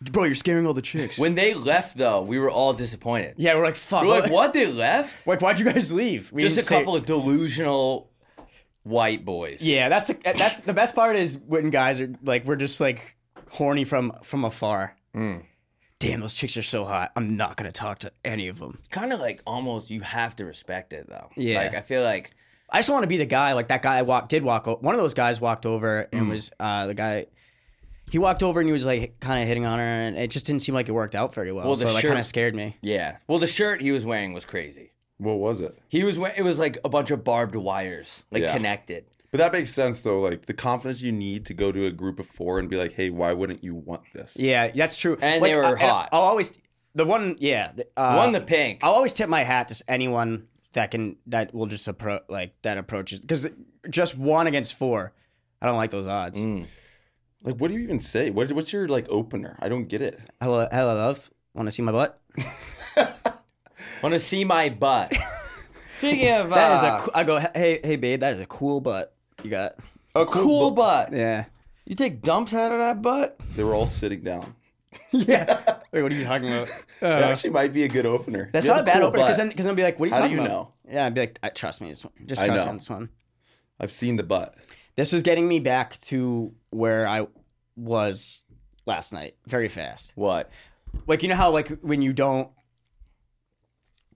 [SPEAKER 2] bro, you're scaring all the chicks.
[SPEAKER 1] When they left, though, we were all disappointed.
[SPEAKER 2] yeah, we're like, fuck.
[SPEAKER 1] We're like, what? They left?
[SPEAKER 2] Like, why'd you guys leave? We
[SPEAKER 1] Just a
[SPEAKER 2] didn't say-
[SPEAKER 1] couple of delusional white boys.
[SPEAKER 2] Yeah, that's the, that's the best part is when guys are like we're just like horny from from afar.
[SPEAKER 1] Mm.
[SPEAKER 2] Damn, those chicks are so hot. I'm not gonna talk to any of them.
[SPEAKER 1] Kind of like almost you have to respect it, though.
[SPEAKER 2] Yeah.
[SPEAKER 1] Like, I feel like
[SPEAKER 2] I just want to be the guy like that guy I walked did walk. o- One of those guys walked over and
[SPEAKER 1] Mm.
[SPEAKER 2] was uh, the guy. He walked over and he was like kind of hitting on her, and it just didn't seem like it worked out very well.
[SPEAKER 1] Well, the
[SPEAKER 2] so that
[SPEAKER 1] shirt-
[SPEAKER 2] kind of scared me.
[SPEAKER 1] Yeah. Well, the shirt he was wearing was crazy.
[SPEAKER 3] What was it?
[SPEAKER 1] He was we- it was like a bunch of barbed wires like
[SPEAKER 3] Yeah.
[SPEAKER 1] connected.
[SPEAKER 3] But that makes sense though. Like the confidence you need to go to a group of four and be like, "Hey, why wouldn't you want this?"
[SPEAKER 2] Yeah, that's true.
[SPEAKER 1] And they were
[SPEAKER 2] I-
[SPEAKER 1] hot.
[SPEAKER 2] I'll always the one. Yeah, the, uh,
[SPEAKER 1] One the pink.
[SPEAKER 2] I'll always tip my hat to anyone that can that will just approach like that approaches because just one against four, I don't like those odds.
[SPEAKER 3] Like, what do you even say? What, what's your like opener? I don't get it.
[SPEAKER 2] Hello, hello, love. Want to see my butt?
[SPEAKER 1] Want to see my
[SPEAKER 2] (laughs)
[SPEAKER 1] butt? Speaking of
[SPEAKER 2] That is
[SPEAKER 1] uh,
[SPEAKER 2] a. Coo- I go. Hey, hey, babe. That is a cool butt you got.
[SPEAKER 1] a cool butt,
[SPEAKER 2] Yeah.
[SPEAKER 1] you take dumps out of that butt.
[SPEAKER 3] They were all sitting down.
[SPEAKER 2] (laughs) Yeah. Wait, what are you talking about?
[SPEAKER 3] It actually might be a good opener.
[SPEAKER 2] (laughs) That's
[SPEAKER 1] You
[SPEAKER 2] not
[SPEAKER 1] have
[SPEAKER 2] a
[SPEAKER 1] a
[SPEAKER 2] bad
[SPEAKER 1] cool
[SPEAKER 2] opener because
[SPEAKER 1] butt.
[SPEAKER 2] then because I'll be like, what are you
[SPEAKER 3] How do
[SPEAKER 2] talking
[SPEAKER 3] you
[SPEAKER 2] about?
[SPEAKER 3] know?
[SPEAKER 2] Yeah, I'd be like, I, trust me, it's, just
[SPEAKER 3] I
[SPEAKER 2] trust me
[SPEAKER 3] know.
[SPEAKER 2] on this one.
[SPEAKER 3] I've seen the butt.
[SPEAKER 2] This is getting me back to where I was last night, very fast.
[SPEAKER 1] What?
[SPEAKER 2] Like you know how like when you don't,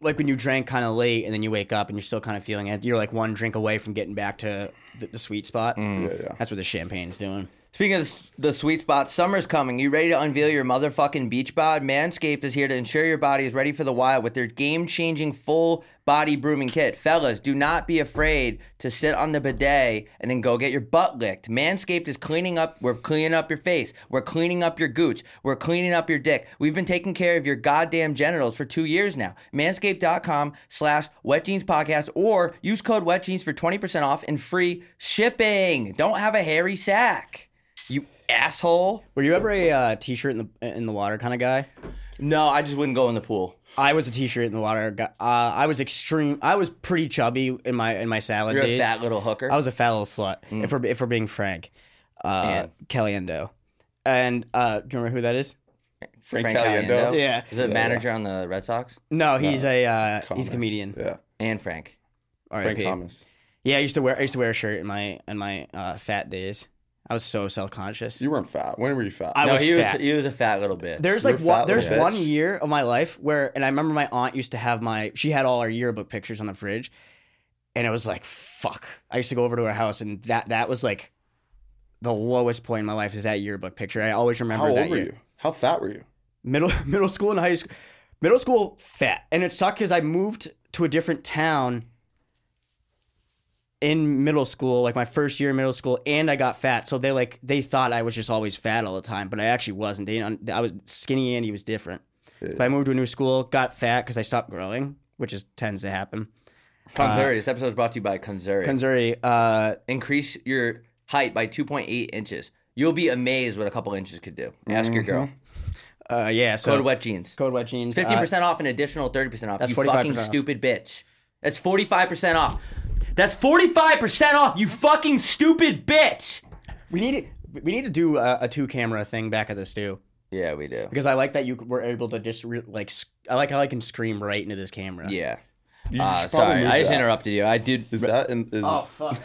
[SPEAKER 2] like when you drank kind of late and then you wake up and you're still kind of feeling it. You're like one drink away from getting back to the, the sweet spot.
[SPEAKER 1] Mm.
[SPEAKER 3] Yeah, yeah.
[SPEAKER 2] That's what the champagne's doing.
[SPEAKER 1] Speaking of s- the sweet spot, summer's coming. You ready to unveil your motherfucking beach bod? Manscaped is here to ensure your body is ready for the wild with their game changing full body brooming kit. Fellas, do not be afraid to sit on the bidet and then go get your butt licked. Manscaped is cleaning up. We're cleaning up your face. We're cleaning up your gooch. We're cleaning up your dick. We've been taking care of your goddamn genitals for two years now. Manscaped.com slash wet jeans podcast or use code wet jeans for 20% off and free shipping. Don't have a hairy sack. You asshole.
[SPEAKER 2] Were you ever a uh, t-shirt in the in the water kind of guy?
[SPEAKER 1] No, I just wouldn't go in the pool.
[SPEAKER 2] I was a t-shirt in the water. guy. Uh, I was extreme. I was pretty chubby in my in my salad
[SPEAKER 1] You're
[SPEAKER 2] days.
[SPEAKER 1] a fat little hooker.
[SPEAKER 2] I was a fat little slut.
[SPEAKER 3] Mm.
[SPEAKER 2] If we're if we're being frank, uh, Caliendo, and uh, do you remember who that is?
[SPEAKER 1] Frank,
[SPEAKER 3] Caliendo.
[SPEAKER 1] Caliendo.
[SPEAKER 2] Yeah.
[SPEAKER 1] Is it a manager on the Red Sox?
[SPEAKER 2] No, he's a uh, he's a
[SPEAKER 3] Comic.
[SPEAKER 2] comedian.
[SPEAKER 3] Yeah,
[SPEAKER 1] And Frank.
[SPEAKER 2] R.I.P.
[SPEAKER 3] Frank Thomas.
[SPEAKER 2] Yeah, I used to wear I used to wear a shirt in my in my uh, fat days. I was so self conscious.
[SPEAKER 3] You weren't fat. When were you fat?
[SPEAKER 2] I
[SPEAKER 1] No,
[SPEAKER 2] was
[SPEAKER 1] he
[SPEAKER 2] fat.
[SPEAKER 1] was he was a fat little bitch.
[SPEAKER 2] There's
[SPEAKER 3] You're
[SPEAKER 2] like
[SPEAKER 3] a
[SPEAKER 2] one,
[SPEAKER 3] fat
[SPEAKER 2] there's
[SPEAKER 3] little bitch.
[SPEAKER 2] one year of my life where, and I remember my aunt used to have my she had all our yearbook pictures on the fridge, and it was like fuck. I used to go over to her house, and that that was like the lowest point in my life is that yearbook picture. I always remember
[SPEAKER 3] How
[SPEAKER 2] that
[SPEAKER 3] old were
[SPEAKER 2] year.
[SPEAKER 3] you? How fat were you?
[SPEAKER 2] middle (laughs) middle school and high school middle school fat and it sucked because i moved to a different town in middle school like my first year in middle school and i got fat so they like they thought i was just always fat all the time but i actually wasn't they didn't, i was skinny and he was different but i moved to a new school got fat because i stopped growing which is tends to happen
[SPEAKER 1] Kanzuri. this episode is brought to you by Kanzuri.
[SPEAKER 2] Missouri, uh
[SPEAKER 1] Increase your height by 2.8 inches. You'll be amazed what a couple inches could do. Ask your girl.
[SPEAKER 2] uh yeah so
[SPEAKER 1] Code wet jeans.
[SPEAKER 2] code wet jeans uh,
[SPEAKER 1] 15% off an additional 30% off.
[SPEAKER 2] That's
[SPEAKER 1] you fucking
[SPEAKER 2] 45% off.
[SPEAKER 1] stupid bitch. That's 45% off. That's 45% off, you fucking stupid bitch.
[SPEAKER 2] Uh, we need to we need to do a, a two camera thing back at this too
[SPEAKER 1] Yeah, we do.
[SPEAKER 2] because I like that you were able to just re- like sc- I like how I can scream right into this camera.
[SPEAKER 1] Yeah.
[SPEAKER 3] You
[SPEAKER 1] Uh,
[SPEAKER 3] should probably
[SPEAKER 1] sorry,
[SPEAKER 3] move
[SPEAKER 1] I just
[SPEAKER 3] that.
[SPEAKER 1] interrupted you. I did.
[SPEAKER 3] Is that in, is,
[SPEAKER 2] Oh, (laughs) fuck.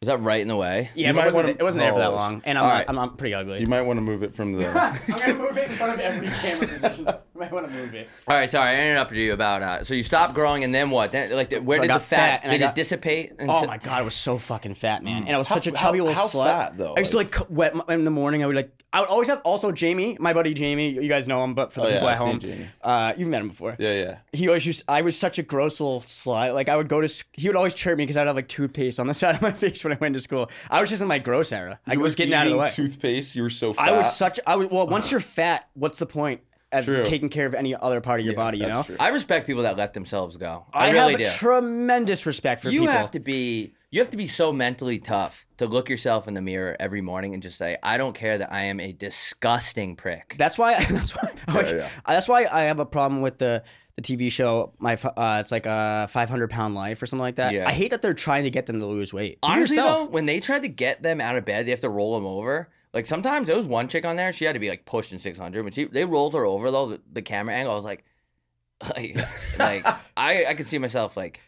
[SPEAKER 1] Was that right in the way?
[SPEAKER 2] yeah,
[SPEAKER 3] You
[SPEAKER 2] but
[SPEAKER 3] might
[SPEAKER 2] it wasn't,
[SPEAKER 3] wanna-
[SPEAKER 2] it wasn't there for that
[SPEAKER 3] Oh,
[SPEAKER 2] long, and I'm,
[SPEAKER 1] alright.
[SPEAKER 2] I'm, I'm pretty ugly.
[SPEAKER 3] you might want to move it
[SPEAKER 2] (laughs)
[SPEAKER 3] from the. (laughs)
[SPEAKER 2] I'm gonna move it in front of every (laughs) camera position. I might want to move it.
[SPEAKER 1] All right, sorry, I interrupted you about. Uh, so you stopped growing, and then what? Then, like, where did
[SPEAKER 2] So I
[SPEAKER 1] the
[SPEAKER 2] got fat
[SPEAKER 1] fat?
[SPEAKER 2] and I
[SPEAKER 1] did
[SPEAKER 2] got-
[SPEAKER 1] it dissipate? And
[SPEAKER 2] Oh
[SPEAKER 1] so-
[SPEAKER 2] my god, I was so fucking fat, man, and I was such a chubby
[SPEAKER 3] Mm.
[SPEAKER 2] little
[SPEAKER 3] how- how
[SPEAKER 2] slut.
[SPEAKER 3] fat, though?
[SPEAKER 2] I used to like c- wet my, in the morning. I would like I would always have also Jamie, my buddy Jamie. You guys know him, but for the
[SPEAKER 3] Oh, yeah,
[SPEAKER 2] people at
[SPEAKER 3] I've seen
[SPEAKER 2] home,
[SPEAKER 3] Jamie.
[SPEAKER 2] uh, you've met him before.
[SPEAKER 3] yeah, yeah.
[SPEAKER 2] He always used. I was such a gross little slut. Like I would go to. sc- He would always chirp me because I'd have like toothpaste on the (laughs) side of my face when I went to school. I was just in my gross era. I was getting out of the
[SPEAKER 3] Eating
[SPEAKER 2] way.
[SPEAKER 3] Toothpaste. You were so fat. Uh-huh.
[SPEAKER 2] I was such. I was well. Once you're fat, what's the point of
[SPEAKER 3] True.
[SPEAKER 2] taking care of any other part of your body? You
[SPEAKER 3] that's
[SPEAKER 2] know.
[SPEAKER 3] true.
[SPEAKER 1] I respect people that let themselves go. I,
[SPEAKER 2] I,
[SPEAKER 1] really
[SPEAKER 2] have
[SPEAKER 1] do.
[SPEAKER 2] tremendous respect for
[SPEAKER 1] you
[SPEAKER 2] people.
[SPEAKER 1] have to be. You have to be so mentally tough to look yourself in the mirror every morning and just say, "I don't care that I am a disgusting prick."
[SPEAKER 2] That's why. (laughs) That's why. like,
[SPEAKER 3] yeah.
[SPEAKER 2] That's why I have a problem with the the TV show. My f- uh, it's like a 500 pound life or something like that.
[SPEAKER 1] Yeah.
[SPEAKER 2] I hate that they're trying to get them to lose weight. Be
[SPEAKER 1] Honestly,
[SPEAKER 2] yourself.
[SPEAKER 1] though, when they tried to get them out of bed, they have to roll them over. Like sometimes there was one chick on there, she had to be like pushing six hundred. When she they rolled her over though, the, the camera angle, I was like, (laughs) like, like I I could see myself like,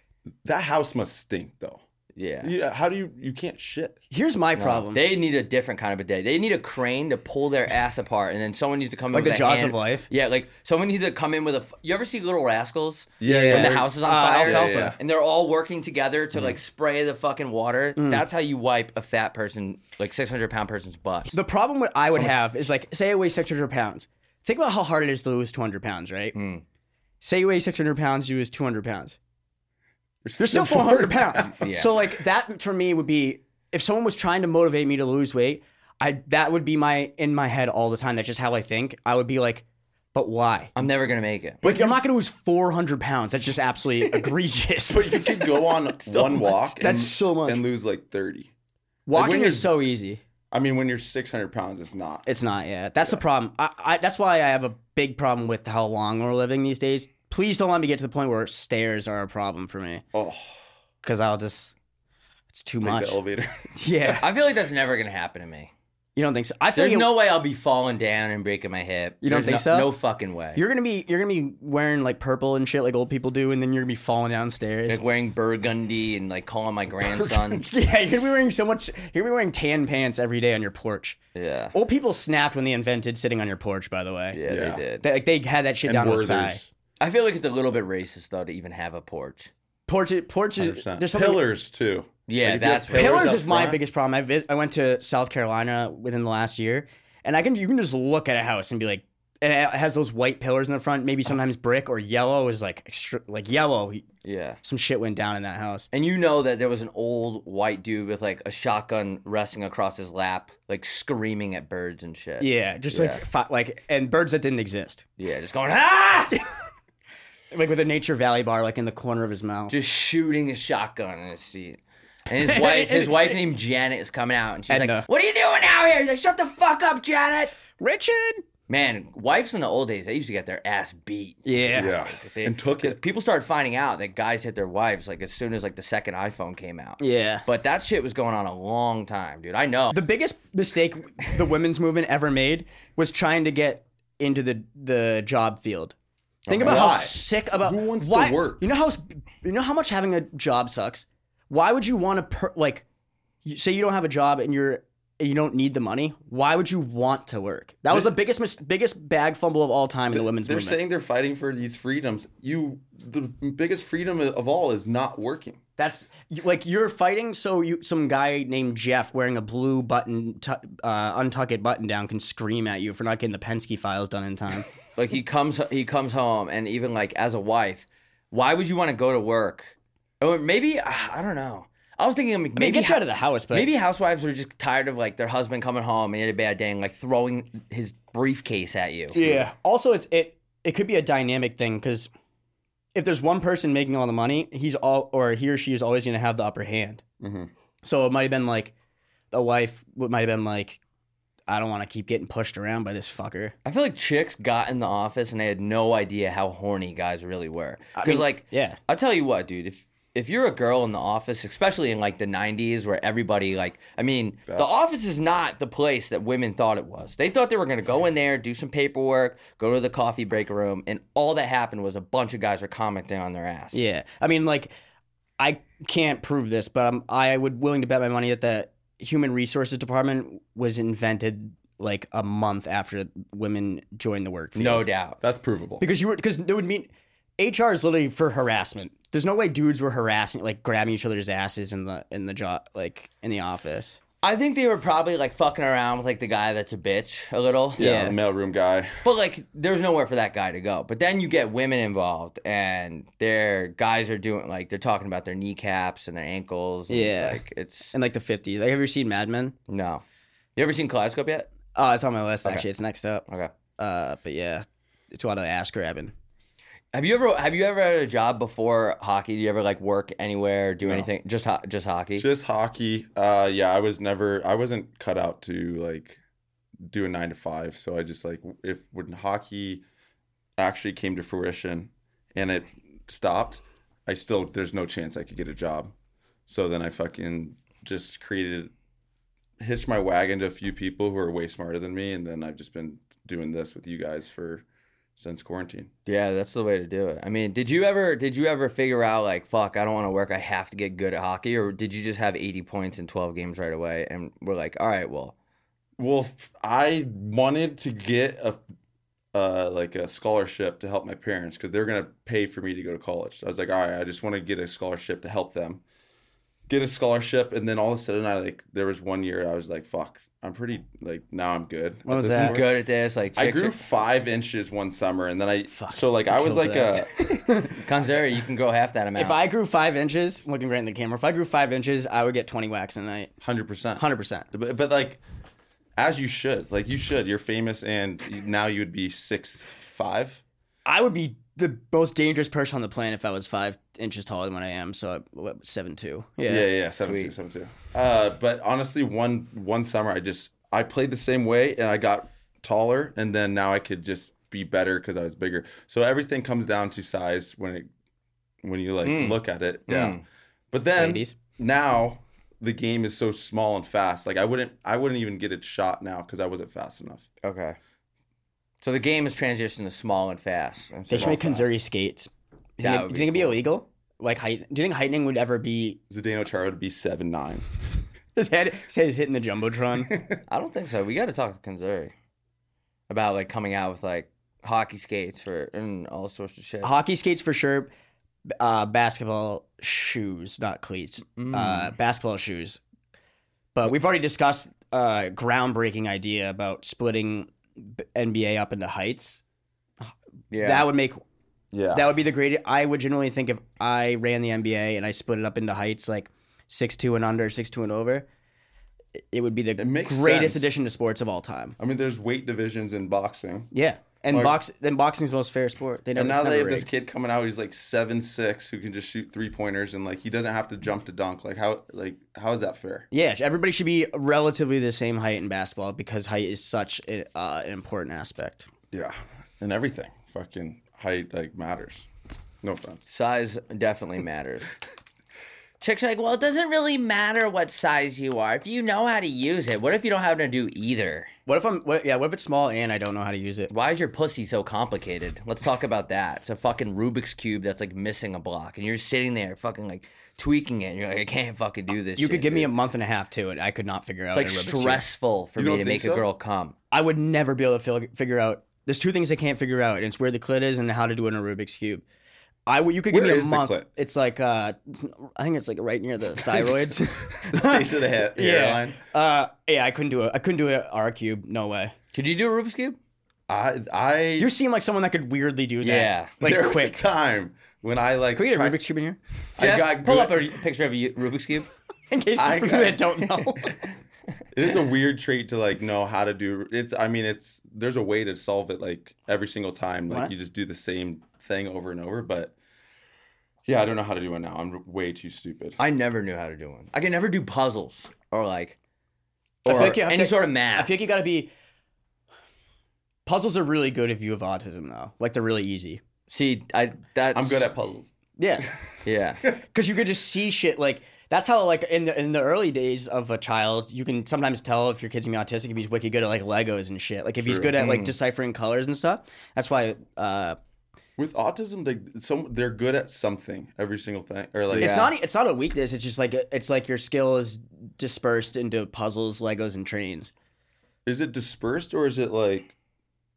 [SPEAKER 3] that house must stink though.
[SPEAKER 1] yeah.
[SPEAKER 3] Yeah. How do you? You can't shit.
[SPEAKER 2] here's my problem.
[SPEAKER 1] They need a different kind of bidet. They need a crane to pull their ass apart, and then someone needs to come in
[SPEAKER 2] Like
[SPEAKER 1] with
[SPEAKER 2] the
[SPEAKER 1] a
[SPEAKER 2] jaws
[SPEAKER 1] hand-
[SPEAKER 2] of life?
[SPEAKER 1] Yeah, like someone needs to come in with a. f- You ever see Little Rascals?
[SPEAKER 3] Yeah, yeah.
[SPEAKER 1] When the
[SPEAKER 3] yeah.
[SPEAKER 1] house is on
[SPEAKER 2] Uh,
[SPEAKER 1] fire,
[SPEAKER 2] alfalfa.
[SPEAKER 3] Yeah, Mm. yeah.
[SPEAKER 1] and they're all working together to like spray the fucking water.
[SPEAKER 2] Mm.
[SPEAKER 1] That's how you wipe a fat person, like six hundred pound person's butt.
[SPEAKER 2] the problem what
[SPEAKER 3] Hmm.
[SPEAKER 2] I would have is like, say I weigh 600 pounds. Think about how hard it is to lose 200 pounds, right? say you weigh 600 pounds, you is 200 pounds. You're still (laughs)
[SPEAKER 3] (laughs)
[SPEAKER 2] 400 pounds.
[SPEAKER 1] Yeah.
[SPEAKER 2] So like that for me would be if someone was trying to motivate me to lose weight, I that would be my in my head all the time. That's just how I think. I would be like, but why?
[SPEAKER 1] I'm never gonna make it.
[SPEAKER 2] Like I'm not gonna lose 400 pounds. That's just
[SPEAKER 3] (laughs)
[SPEAKER 2] absolutely egregious.
[SPEAKER 3] But you could
[SPEAKER 2] (laughs)
[SPEAKER 3] go on one walk.
[SPEAKER 2] That's so much.
[SPEAKER 3] and lose like thirty. when
[SPEAKER 2] Walking
[SPEAKER 3] you're-
[SPEAKER 2] is so easy.
[SPEAKER 3] I mean, when you're 600 pounds, it's not.
[SPEAKER 2] It's not. Yeah, that's the problem. I, I that's why I have a big problem with how long we're living these days. Please don't let me get to the point where stairs are a problem for me
[SPEAKER 3] oh,
[SPEAKER 2] because I'll just it's too
[SPEAKER 3] like
[SPEAKER 2] much.
[SPEAKER 3] the (laughs) elevator.
[SPEAKER 2] (laughs) Yeah,
[SPEAKER 1] I feel like that's never gonna happen to me.
[SPEAKER 2] you don't think so? I feel
[SPEAKER 1] There's
[SPEAKER 2] like it-
[SPEAKER 1] no way I'll be falling down and breaking my hip.
[SPEAKER 2] You don't
[SPEAKER 1] There's
[SPEAKER 2] think so?
[SPEAKER 1] no, No fucking way.
[SPEAKER 2] You're gonna be you're gonna be wearing like purple and shit like old people do, and then you're gonna be falling downstairs.
[SPEAKER 1] like wearing burgundy and like calling my grandson.
[SPEAKER 2] (laughs) yeah, you're gonna be wearing so much. You're gonna be wearing tan pants every day on your porch.
[SPEAKER 1] yeah.
[SPEAKER 2] Old people snapped when they invented sitting on your porch. By the way,
[SPEAKER 1] yeah,
[SPEAKER 3] Yeah.
[SPEAKER 1] they did.
[SPEAKER 2] they, like they had that shit
[SPEAKER 3] and
[SPEAKER 2] down to the
[SPEAKER 3] Werther's.
[SPEAKER 2] side.
[SPEAKER 1] I feel like it's a little bit racist though to even have a porch.
[SPEAKER 2] Porch, porch is
[SPEAKER 3] 100%.
[SPEAKER 2] there's something.
[SPEAKER 3] Pillars,
[SPEAKER 2] (laughs)
[SPEAKER 3] too.
[SPEAKER 1] Yeah,
[SPEAKER 3] Like, if you have
[SPEAKER 1] that's what-
[SPEAKER 2] Pillars
[SPEAKER 3] up
[SPEAKER 2] is my
[SPEAKER 3] front,
[SPEAKER 2] biggest problem. I, vis- I went to South Carolina within the last year, and I can you can just look at a house and be like, and it has those white pillars in the front. Maybe sometimes brick or yellow is like extra, like yellow.
[SPEAKER 1] Yeah.
[SPEAKER 2] Some shit went down in that house.
[SPEAKER 1] And you know that there was an old white dude with like a shotgun resting across his lap, like screaming at birds and shit.
[SPEAKER 2] Yeah, just
[SPEAKER 1] Yeah.
[SPEAKER 2] like fi- like and birds that didn't exist,
[SPEAKER 1] Yeah, just going ah,
[SPEAKER 2] like with a Nature Valley bar like in the corner of his mouth.
[SPEAKER 1] just shooting his shotgun in his seat. And his wife, his wife named Janet, is coming out, and she's
[SPEAKER 2] Edna.
[SPEAKER 1] like, "What are you doing out here?" He's like, "Shut the fuck up, Janet."
[SPEAKER 2] Richard.
[SPEAKER 1] Man, wives in the old days, they used to get their ass beat.
[SPEAKER 2] Yeah.
[SPEAKER 3] Yeah.
[SPEAKER 1] They-
[SPEAKER 3] and took
[SPEAKER 1] 'cause
[SPEAKER 3] it.
[SPEAKER 1] People started finding out that guys hit their wives like as soon as like the second iPhone came out.
[SPEAKER 2] Yeah.
[SPEAKER 1] But that shit was going on a long time, dude. I know.
[SPEAKER 2] The biggest mistake the women's movement ever made was trying to get into the the job field. Think about how
[SPEAKER 3] Why?
[SPEAKER 2] sick about
[SPEAKER 3] Who wants to
[SPEAKER 2] why,
[SPEAKER 3] work?
[SPEAKER 2] You know how s- you know how much having a job sucks. Why would you want to per, like you, say you don't have a job and you're and you don't need the money? Why would you want to work? That was the biggest mis- biggest bag fumble of all time in the women's
[SPEAKER 3] They're
[SPEAKER 2] movement.
[SPEAKER 3] saying they're fighting for these freedoms. You, the biggest freedom of all is not working.
[SPEAKER 2] That's you- like you're fighting so you some guy named Jeff wearing a blue button tu- uh, untuck it button down can scream at you for not getting the Penske files done in time.
[SPEAKER 1] Like he comes he comes home and even like as a wife, why would you want to go to work? Or maybe ah, I don't know. I was thinking like, maybe
[SPEAKER 2] Maybe it's out of the house, but
[SPEAKER 1] maybe housewives are just tired of like their husband coming home and he had a bad day and like throwing his briefcase at you.
[SPEAKER 2] yeah. Also, it's it it could be a dynamic thing because if there's one person making all the money, he's all or he or she is always going to have the upper hand.
[SPEAKER 3] Mhm.
[SPEAKER 2] So it might have been like the wife would might have been like, I don't want to keep getting pushed around by this fucker.
[SPEAKER 1] I feel like chicks got in the office and they had no idea how horny guys really were. Because like
[SPEAKER 2] Yeah,
[SPEAKER 1] I'll tell you what, dude. If if you're a girl in the office, especially in like the '90s, where everybody like, I mean, the office is not the place that women thought it was. They thought they were gonna go in there, do some paperwork, go to the coffee break room, and all that happened was a bunch of guys were commenting on their ass.
[SPEAKER 2] yeah. I mean, like I can't prove this, but I'm, I would willing to bet my money that the human resources department was invented like a month after women joined the work.
[SPEAKER 1] no
[SPEAKER 2] field.
[SPEAKER 1] doubt.
[SPEAKER 3] That's provable.
[SPEAKER 2] because you were because it would mean HR is literally for harassment. There's no way dudes were harassing like grabbing each other's asses in the in the job like in the office.
[SPEAKER 1] I think they were probably like fucking around with like the guy that's a bitch a little.
[SPEAKER 3] yeah,
[SPEAKER 2] yeah.
[SPEAKER 3] the mailroom guy.
[SPEAKER 1] But like, there's nowhere for that guy to go. But then you get women involved, and their guys are doing like they're talking about their kneecaps and their ankles. and,
[SPEAKER 2] Yeah.
[SPEAKER 1] like it's
[SPEAKER 2] In like the 50s. Like have you seen Mad Men?
[SPEAKER 1] no. You ever seen Kaleidoscope yet?
[SPEAKER 2] Oh, it's on my list actually. It's next up.
[SPEAKER 1] Okay.
[SPEAKER 2] Uh but yeah. It's a lot of ass grabbing.
[SPEAKER 1] Have you ever have you ever had a job before hockey? Do you ever like work anywhere, do anything? Just ho- just hockey.
[SPEAKER 3] Just hockey. Uh, yeah, I was never, I wasn't cut out to like do a nine to five. So I just like, if when hockey actually came to fruition and it stopped, I still, there's no chance I could get a job. So then I fucking just created, hitched my wagon to a few people who are way smarter than me. And then I've just been doing this with you guys for since quarantine.
[SPEAKER 1] yeah, that's the way to do it. I mean, did you ever did you ever figure out like fuck, I don't want to work. I have to get good at hockey, or did you just have 80 points in 12 games right away and we're like, all right, well,
[SPEAKER 3] Well, f- I wanted to get a uh, like a scholarship to help my parents because they're gonna pay for me to go to college. So I was like, all right, I just want to get a scholarship to help them. get a scholarship, and then all of a sudden, I like there was one year I was like, "Fuck, I'm pretty like now I'm good."
[SPEAKER 2] What
[SPEAKER 3] at
[SPEAKER 2] was
[SPEAKER 3] this
[SPEAKER 2] that?
[SPEAKER 3] point."
[SPEAKER 1] good at this. Like
[SPEAKER 3] I
[SPEAKER 1] chicks
[SPEAKER 3] grew
[SPEAKER 1] are-
[SPEAKER 3] five inches one summer, and then I
[SPEAKER 2] Fuck,
[SPEAKER 3] so like I was
[SPEAKER 2] kill for
[SPEAKER 3] like a
[SPEAKER 1] Kanzeri, you can go half
[SPEAKER 3] (laughs)
[SPEAKER 1] that amount.
[SPEAKER 2] If I grew five inches, looking right in the camera, if I grew five inches, I would get 20 whacks a night. (laughs)
[SPEAKER 3] hundred percent,
[SPEAKER 2] 100%.
[SPEAKER 3] But, but like, as you should, like you should. You're famous, and now you would be six five.
[SPEAKER 2] I would be the most dangerous person on the planet if I was five inches taller than what I am. So I'm what, seven two. Yeah.
[SPEAKER 3] Yeah, yeah, yeah seven two,
[SPEAKER 1] Sweet.
[SPEAKER 3] seven two. Uh, but honestly, one one summer I just I played the same way, and I got taller, and then now I could just be better because I was bigger. So everything comes down to size when it when you like look at it. Yeah. But then
[SPEAKER 2] Mm. Ladies.
[SPEAKER 3] now the game is so small and fast. Like I wouldn't I wouldn't even get it shot now because I wasn't fast enough.
[SPEAKER 1] okay. So the game has transitioned to small and fast. and
[SPEAKER 2] They should
[SPEAKER 1] small
[SPEAKER 2] make
[SPEAKER 1] fast.
[SPEAKER 2] Kanzuri skate. Do you
[SPEAKER 1] That would
[SPEAKER 2] think, do you
[SPEAKER 1] be
[SPEAKER 2] think it'd be
[SPEAKER 1] cool.
[SPEAKER 2] illegal? Like height? Do you think heightening would ever be (laughs)
[SPEAKER 3] Zdeno Chara would be seven nine.
[SPEAKER 2] his head? His head is hitting
[SPEAKER 1] (laughs)
[SPEAKER 2] the jumbotron.
[SPEAKER 1] I don't think so. We got to talk to Kanzuri about like coming out with like hockey skates for and all sorts of shit.
[SPEAKER 2] Hockey skates for sure. Uh, basketball shoes, not cleats. Uh,
[SPEAKER 1] Mm.
[SPEAKER 2] basketball shoes. But we've already discussed a uh, groundbreaking idea about splitting b- NBA up into heights.
[SPEAKER 1] yeah,
[SPEAKER 2] That would make
[SPEAKER 3] Yeah.
[SPEAKER 2] That would be the greatest. I would generally think if I ran the NBA and I split it up into heights like six two and under, six two and over, it would be the
[SPEAKER 3] makes
[SPEAKER 2] greatest
[SPEAKER 3] sense.
[SPEAKER 2] addition to sports of all time.
[SPEAKER 3] I mean, there's weight divisions in boxing.
[SPEAKER 2] Yeah, and
[SPEAKER 3] Like-
[SPEAKER 2] box then boxing's the most fair sport. They never,
[SPEAKER 3] And now
[SPEAKER 2] it's
[SPEAKER 3] they
[SPEAKER 2] never
[SPEAKER 3] have this
[SPEAKER 2] rigged.
[SPEAKER 3] kid coming out. He's like seven six, who can just shoot three pointers, and like he doesn't have to jump to dunk. Like how, like how is that fair?
[SPEAKER 2] Yeah, everybody should be relatively the same height in basketball because height is such a, uh, an important aspect.
[SPEAKER 3] Yeah, and everything, fucking height, like matters. No offense.
[SPEAKER 1] size (laughs) definitely matters. Chicks are like, well, it doesn't really matter what size you are if you know how to use it. What if you don't know how to do either?
[SPEAKER 2] What if I'm? What, yeah, what if it's small and I don't know how to use it?
[SPEAKER 1] Why is your pussy so complicated? Let's talk about that. It's a fucking Rubik's cube that's like missing a block, and you're sitting there fucking like tweaking it, and you're like, I can't fucking do this.
[SPEAKER 2] You could
[SPEAKER 1] shit,
[SPEAKER 2] give me a
[SPEAKER 1] dude."
[SPEAKER 2] month and a half too, and I could not figure out.
[SPEAKER 1] It's
[SPEAKER 2] a
[SPEAKER 1] like
[SPEAKER 2] Rubik's Cube.
[SPEAKER 1] stressful for
[SPEAKER 3] You
[SPEAKER 1] me
[SPEAKER 3] don't
[SPEAKER 1] to
[SPEAKER 3] think
[SPEAKER 1] make a
[SPEAKER 3] so?
[SPEAKER 1] girl come.
[SPEAKER 2] I would never be able to fil- figure out. There's two things I can't figure out, and it's where the clit is and how to do it in a Rubik's cube. I would- you could give
[SPEAKER 3] Where
[SPEAKER 2] me a
[SPEAKER 3] is the
[SPEAKER 2] month.
[SPEAKER 3] clit?
[SPEAKER 2] It's like uh, I think it's like right near
[SPEAKER 3] (laughs)
[SPEAKER 2] the thyroids.
[SPEAKER 3] (laughs) Face of the head,
[SPEAKER 2] (laughs) yeah,
[SPEAKER 3] hairline.
[SPEAKER 2] uh, yeah. I couldn't do it. I couldn't do a R cube. No way.
[SPEAKER 1] Could you do a Rubik's cube?
[SPEAKER 3] I, I.
[SPEAKER 2] You seem like someone that could weirdly do that.
[SPEAKER 1] Yeah.
[SPEAKER 2] like
[SPEAKER 3] there was a
[SPEAKER 2] quick.
[SPEAKER 3] time when I like.
[SPEAKER 2] Can we get a
[SPEAKER 3] tried-
[SPEAKER 2] Rubik's cube in here? (laughs)
[SPEAKER 3] I
[SPEAKER 1] Jeff,
[SPEAKER 3] got
[SPEAKER 1] pull
[SPEAKER 3] good-
[SPEAKER 1] up a picture of a Rubik's cube.
[SPEAKER 2] In case
[SPEAKER 3] I
[SPEAKER 2] people
[SPEAKER 3] got-
[SPEAKER 2] that don't
[SPEAKER 3] (laughs)
[SPEAKER 2] know.
[SPEAKER 3] It is a weird trait to like know how to do. It's. I mean, it's. There's a way to solve it like every single time. Like
[SPEAKER 2] What?
[SPEAKER 3] you just do the same thing over and over. But yeah, I don't know how to do it now. I'm way too stupid.
[SPEAKER 1] I never knew how to do one. I could never do puzzles or like
[SPEAKER 2] I
[SPEAKER 1] or
[SPEAKER 2] feel like you have
[SPEAKER 1] any
[SPEAKER 2] to-
[SPEAKER 1] sort of math.
[SPEAKER 2] I feel like you got to be. Puzzles are really good if you have autism, though. Like they're really easy.
[SPEAKER 1] See, I that's
[SPEAKER 3] I'm good at puzzles.
[SPEAKER 2] Yeah.
[SPEAKER 1] (laughs)
[SPEAKER 2] (laughs)
[SPEAKER 1] yeah.
[SPEAKER 2] because you could just see shit like that's how like in the in the early days of a child you can sometimes tell if your kid's gonna be autistic if he's wicked good at like legos and shit like if he's
[SPEAKER 3] True.
[SPEAKER 2] good at like deciphering colors and stuff that's why uh
[SPEAKER 3] With autism, they some they're good at something every single thing. Or like
[SPEAKER 2] it's not e, it's not a weakness it's just like it's like your skill is dispersed into puzzles legos and trains
[SPEAKER 3] is it dispersed or is it like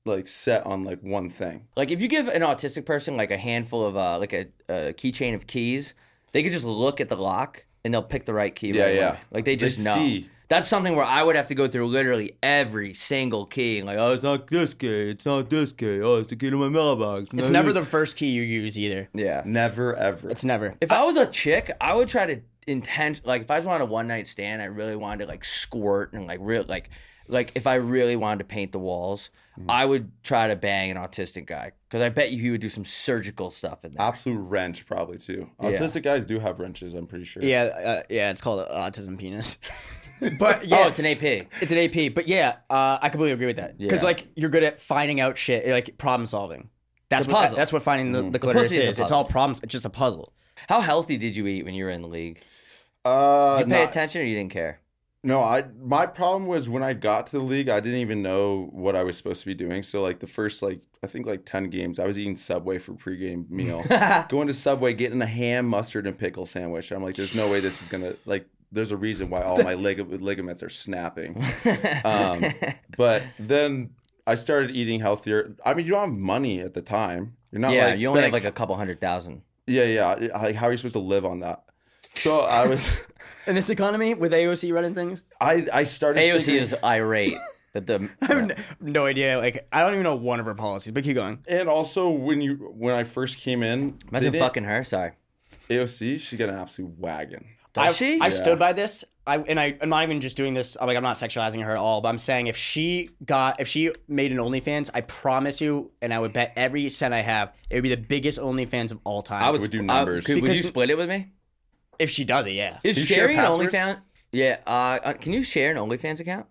[SPEAKER 3] like set on like one thing?
[SPEAKER 1] Like if you give an autistic person like a handful of uh like a, a keychain of keys, they could just look at the lock and they'll pick the right key.
[SPEAKER 3] Yeah,
[SPEAKER 1] right
[SPEAKER 3] yeah.
[SPEAKER 1] away. Like they
[SPEAKER 3] They
[SPEAKER 1] just know.
[SPEAKER 3] see.
[SPEAKER 1] That's something where I would have to go through literally every single key. and Like, oh, it's not this key. It's not this key. Oh, it's the key to my mailbox.
[SPEAKER 2] it's never the first key you use either
[SPEAKER 1] yeah.
[SPEAKER 3] Never ever.
[SPEAKER 2] it's never
[SPEAKER 1] If I was a chick, I would try to intent like if I just wanted a one night stand, I really wanted to like squirt and like real like like if I really wanted to paint the walls,
[SPEAKER 3] Mm-hmm.
[SPEAKER 1] I would try to bang an autistic guy because I bet you he would do some surgical stuff in there.
[SPEAKER 3] Absolute wrench, probably too. Autistic guys do have wrenches. I'm pretty sure.
[SPEAKER 2] yeah uh, yeah it's called autism penis (laughs) but yeah
[SPEAKER 1] Oh, it's an AP.
[SPEAKER 2] It's an AP, but yeah, uh, I completely agree with that. Because
[SPEAKER 1] Yeah.
[SPEAKER 2] like you're good at finding out shit, like problem solving. That's
[SPEAKER 1] It's a
[SPEAKER 2] what
[SPEAKER 1] puzzle.
[SPEAKER 2] that's what finding the, the clitoris
[SPEAKER 1] Mm-hmm. pussy is a
[SPEAKER 2] is. It's
[SPEAKER 1] puzzle.
[SPEAKER 2] all problems. It's just a puzzle.
[SPEAKER 1] How healthy did you eat when you were in the league?
[SPEAKER 3] Uh,
[SPEAKER 1] Did you pay
[SPEAKER 3] not-
[SPEAKER 1] attention or you didn't care? (laughs)
[SPEAKER 3] No, I my problem was when I got to the league, I didn't even know what I was supposed to be doing. So like the first like I think like ten games, I was eating Subway for
[SPEAKER 1] (laughs)
[SPEAKER 3] pregame meal, going to Subway, getting a ham, mustard, and pickle sandwich. I'm like, there's no way this is gonna like. There's a reason why all my lig- ligaments are snapping.
[SPEAKER 1] (laughs)
[SPEAKER 3] Um, but then I started eating healthier. I mean, you don't have money at the time. You're not
[SPEAKER 1] yeah,
[SPEAKER 3] like
[SPEAKER 1] you only have
[SPEAKER 3] spending- (laughs)
[SPEAKER 1] like a couple hundred thousand.
[SPEAKER 3] yeah, yeah. Like, how are you supposed to live on that? So I was, (laughs)
[SPEAKER 2] in this economy with AOC running things?
[SPEAKER 3] I I started
[SPEAKER 1] AOC
[SPEAKER 3] thinking-
[SPEAKER 1] is irate that
[SPEAKER 3] (laughs)
[SPEAKER 1] the
[SPEAKER 2] I have n- (laughs) no idea. Like, I don't even know one of her policies. But keep going.
[SPEAKER 3] and also when you when I first came in, they
[SPEAKER 1] imagine
[SPEAKER 3] didn't-
[SPEAKER 1] fucking her. Sorry,
[SPEAKER 3] AOC. She got an absolute wagon.
[SPEAKER 1] does
[SPEAKER 2] I've,
[SPEAKER 1] she?
[SPEAKER 2] I've
[SPEAKER 1] Yeah.
[SPEAKER 2] stood by this. I and I, I'm not even just doing this. I'm like, I'm not sexualizing her at all. But I'm saying if she got, if she made an OnlyFans, I promise you, and I would bet every cent I have, it would be the biggest OnlyFans of all time.
[SPEAKER 1] I would
[SPEAKER 3] We do
[SPEAKER 1] sp-
[SPEAKER 3] numbers.
[SPEAKER 1] I, could, would you
[SPEAKER 2] Because-
[SPEAKER 1] split it with me?
[SPEAKER 2] if she does it, yeah.
[SPEAKER 1] Is
[SPEAKER 3] you share
[SPEAKER 1] Sherry an
[SPEAKER 3] passwords?
[SPEAKER 1] OnlyFans? Yeah. Uh, uh, can you share an OnlyFans account?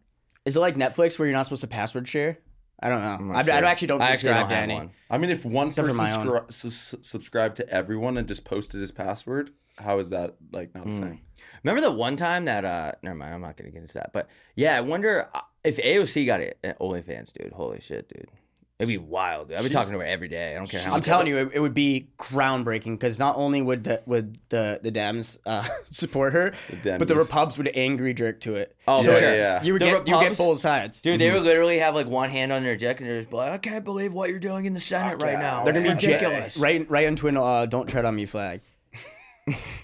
[SPEAKER 2] Is it like Netflix where you're not supposed to password share? I don't know. I,
[SPEAKER 1] Sure.
[SPEAKER 2] I actually don't
[SPEAKER 1] I
[SPEAKER 2] subscribe
[SPEAKER 1] actually don't
[SPEAKER 2] to
[SPEAKER 1] have
[SPEAKER 2] any.
[SPEAKER 1] one.
[SPEAKER 3] I mean, if one
[SPEAKER 2] Except for
[SPEAKER 3] person
[SPEAKER 2] my own.
[SPEAKER 3] scri- su- su- subscribed to everyone and just posted his password, how is that like not
[SPEAKER 2] Hmm.
[SPEAKER 3] a thing?
[SPEAKER 1] Remember the one time that uh never mind, I'm not gonna get into that. But yeah, I wonder uh, if AOC got it at OnlyFans, dude. Holy shit, dude. It'd be wild, dude. I've been talking to her every day. I don't care how
[SPEAKER 2] I'm telling you, it, it would be groundbreaking because not only would the would the the Dems uh, (laughs) support her,
[SPEAKER 3] The
[SPEAKER 2] but the
[SPEAKER 3] Dems.
[SPEAKER 2] Repubs would angry jerk to it.
[SPEAKER 1] Oh,
[SPEAKER 3] Yeah,
[SPEAKER 1] for sure.
[SPEAKER 3] yeah, yeah.
[SPEAKER 2] You would
[SPEAKER 1] The
[SPEAKER 2] get you get
[SPEAKER 1] Repubs-
[SPEAKER 2] both sides.
[SPEAKER 1] (laughs) Dude, they would literally have like one hand on their dick and they're just like, I can't believe what you're doing in the Senate right now.
[SPEAKER 2] They're gonna
[SPEAKER 1] It's
[SPEAKER 2] be
[SPEAKER 1] ridiculous.
[SPEAKER 2] right right into an uh, "Don't tread on me" flag.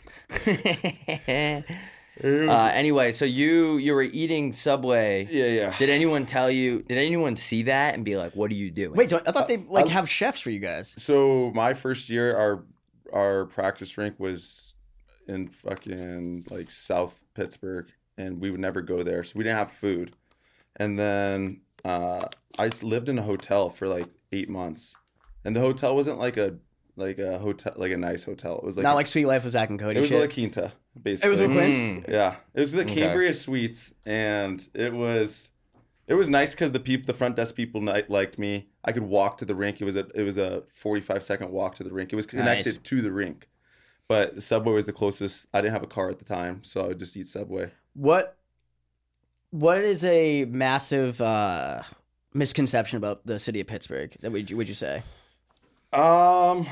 [SPEAKER 1] (laughs) uh, anyway, so you you were eating Subway.
[SPEAKER 3] Yeah, yeah.
[SPEAKER 1] Did anyone tell you? Did anyone see that and be like, "What are you doing?"
[SPEAKER 2] Wait, don't, I thought they
[SPEAKER 1] uh,
[SPEAKER 2] like have chefs for you guys.
[SPEAKER 3] So my first year, our our practice rink was in fucking like South Pittsburgh, and we would never go there, so we didn't have food. And then uh, I lived in a hotel for like eight months, and the hotel wasn't like a like a hotel like a nice hotel. It was like
[SPEAKER 2] Not
[SPEAKER 3] a-
[SPEAKER 2] like Sweet Life with Zach and Cody.
[SPEAKER 3] it was
[SPEAKER 2] shit.
[SPEAKER 3] La Quinta,
[SPEAKER 2] it
[SPEAKER 3] basically.
[SPEAKER 2] was with Quint.
[SPEAKER 1] Mm.
[SPEAKER 3] Yeah, it was the Cambria Suites, and it was it was nice because the people, the front desk people, ni- liked me. I could walk to the rink. It was a it was a forty five second walk to the rink. It was connected
[SPEAKER 2] Nice.
[SPEAKER 3] to the rink, but Subway was the closest. I didn't have a car at the time, so I would just eat Subway.
[SPEAKER 2] What what is a massive uh, misconception about the city of Pittsburgh that would you, would you say?
[SPEAKER 3] Um,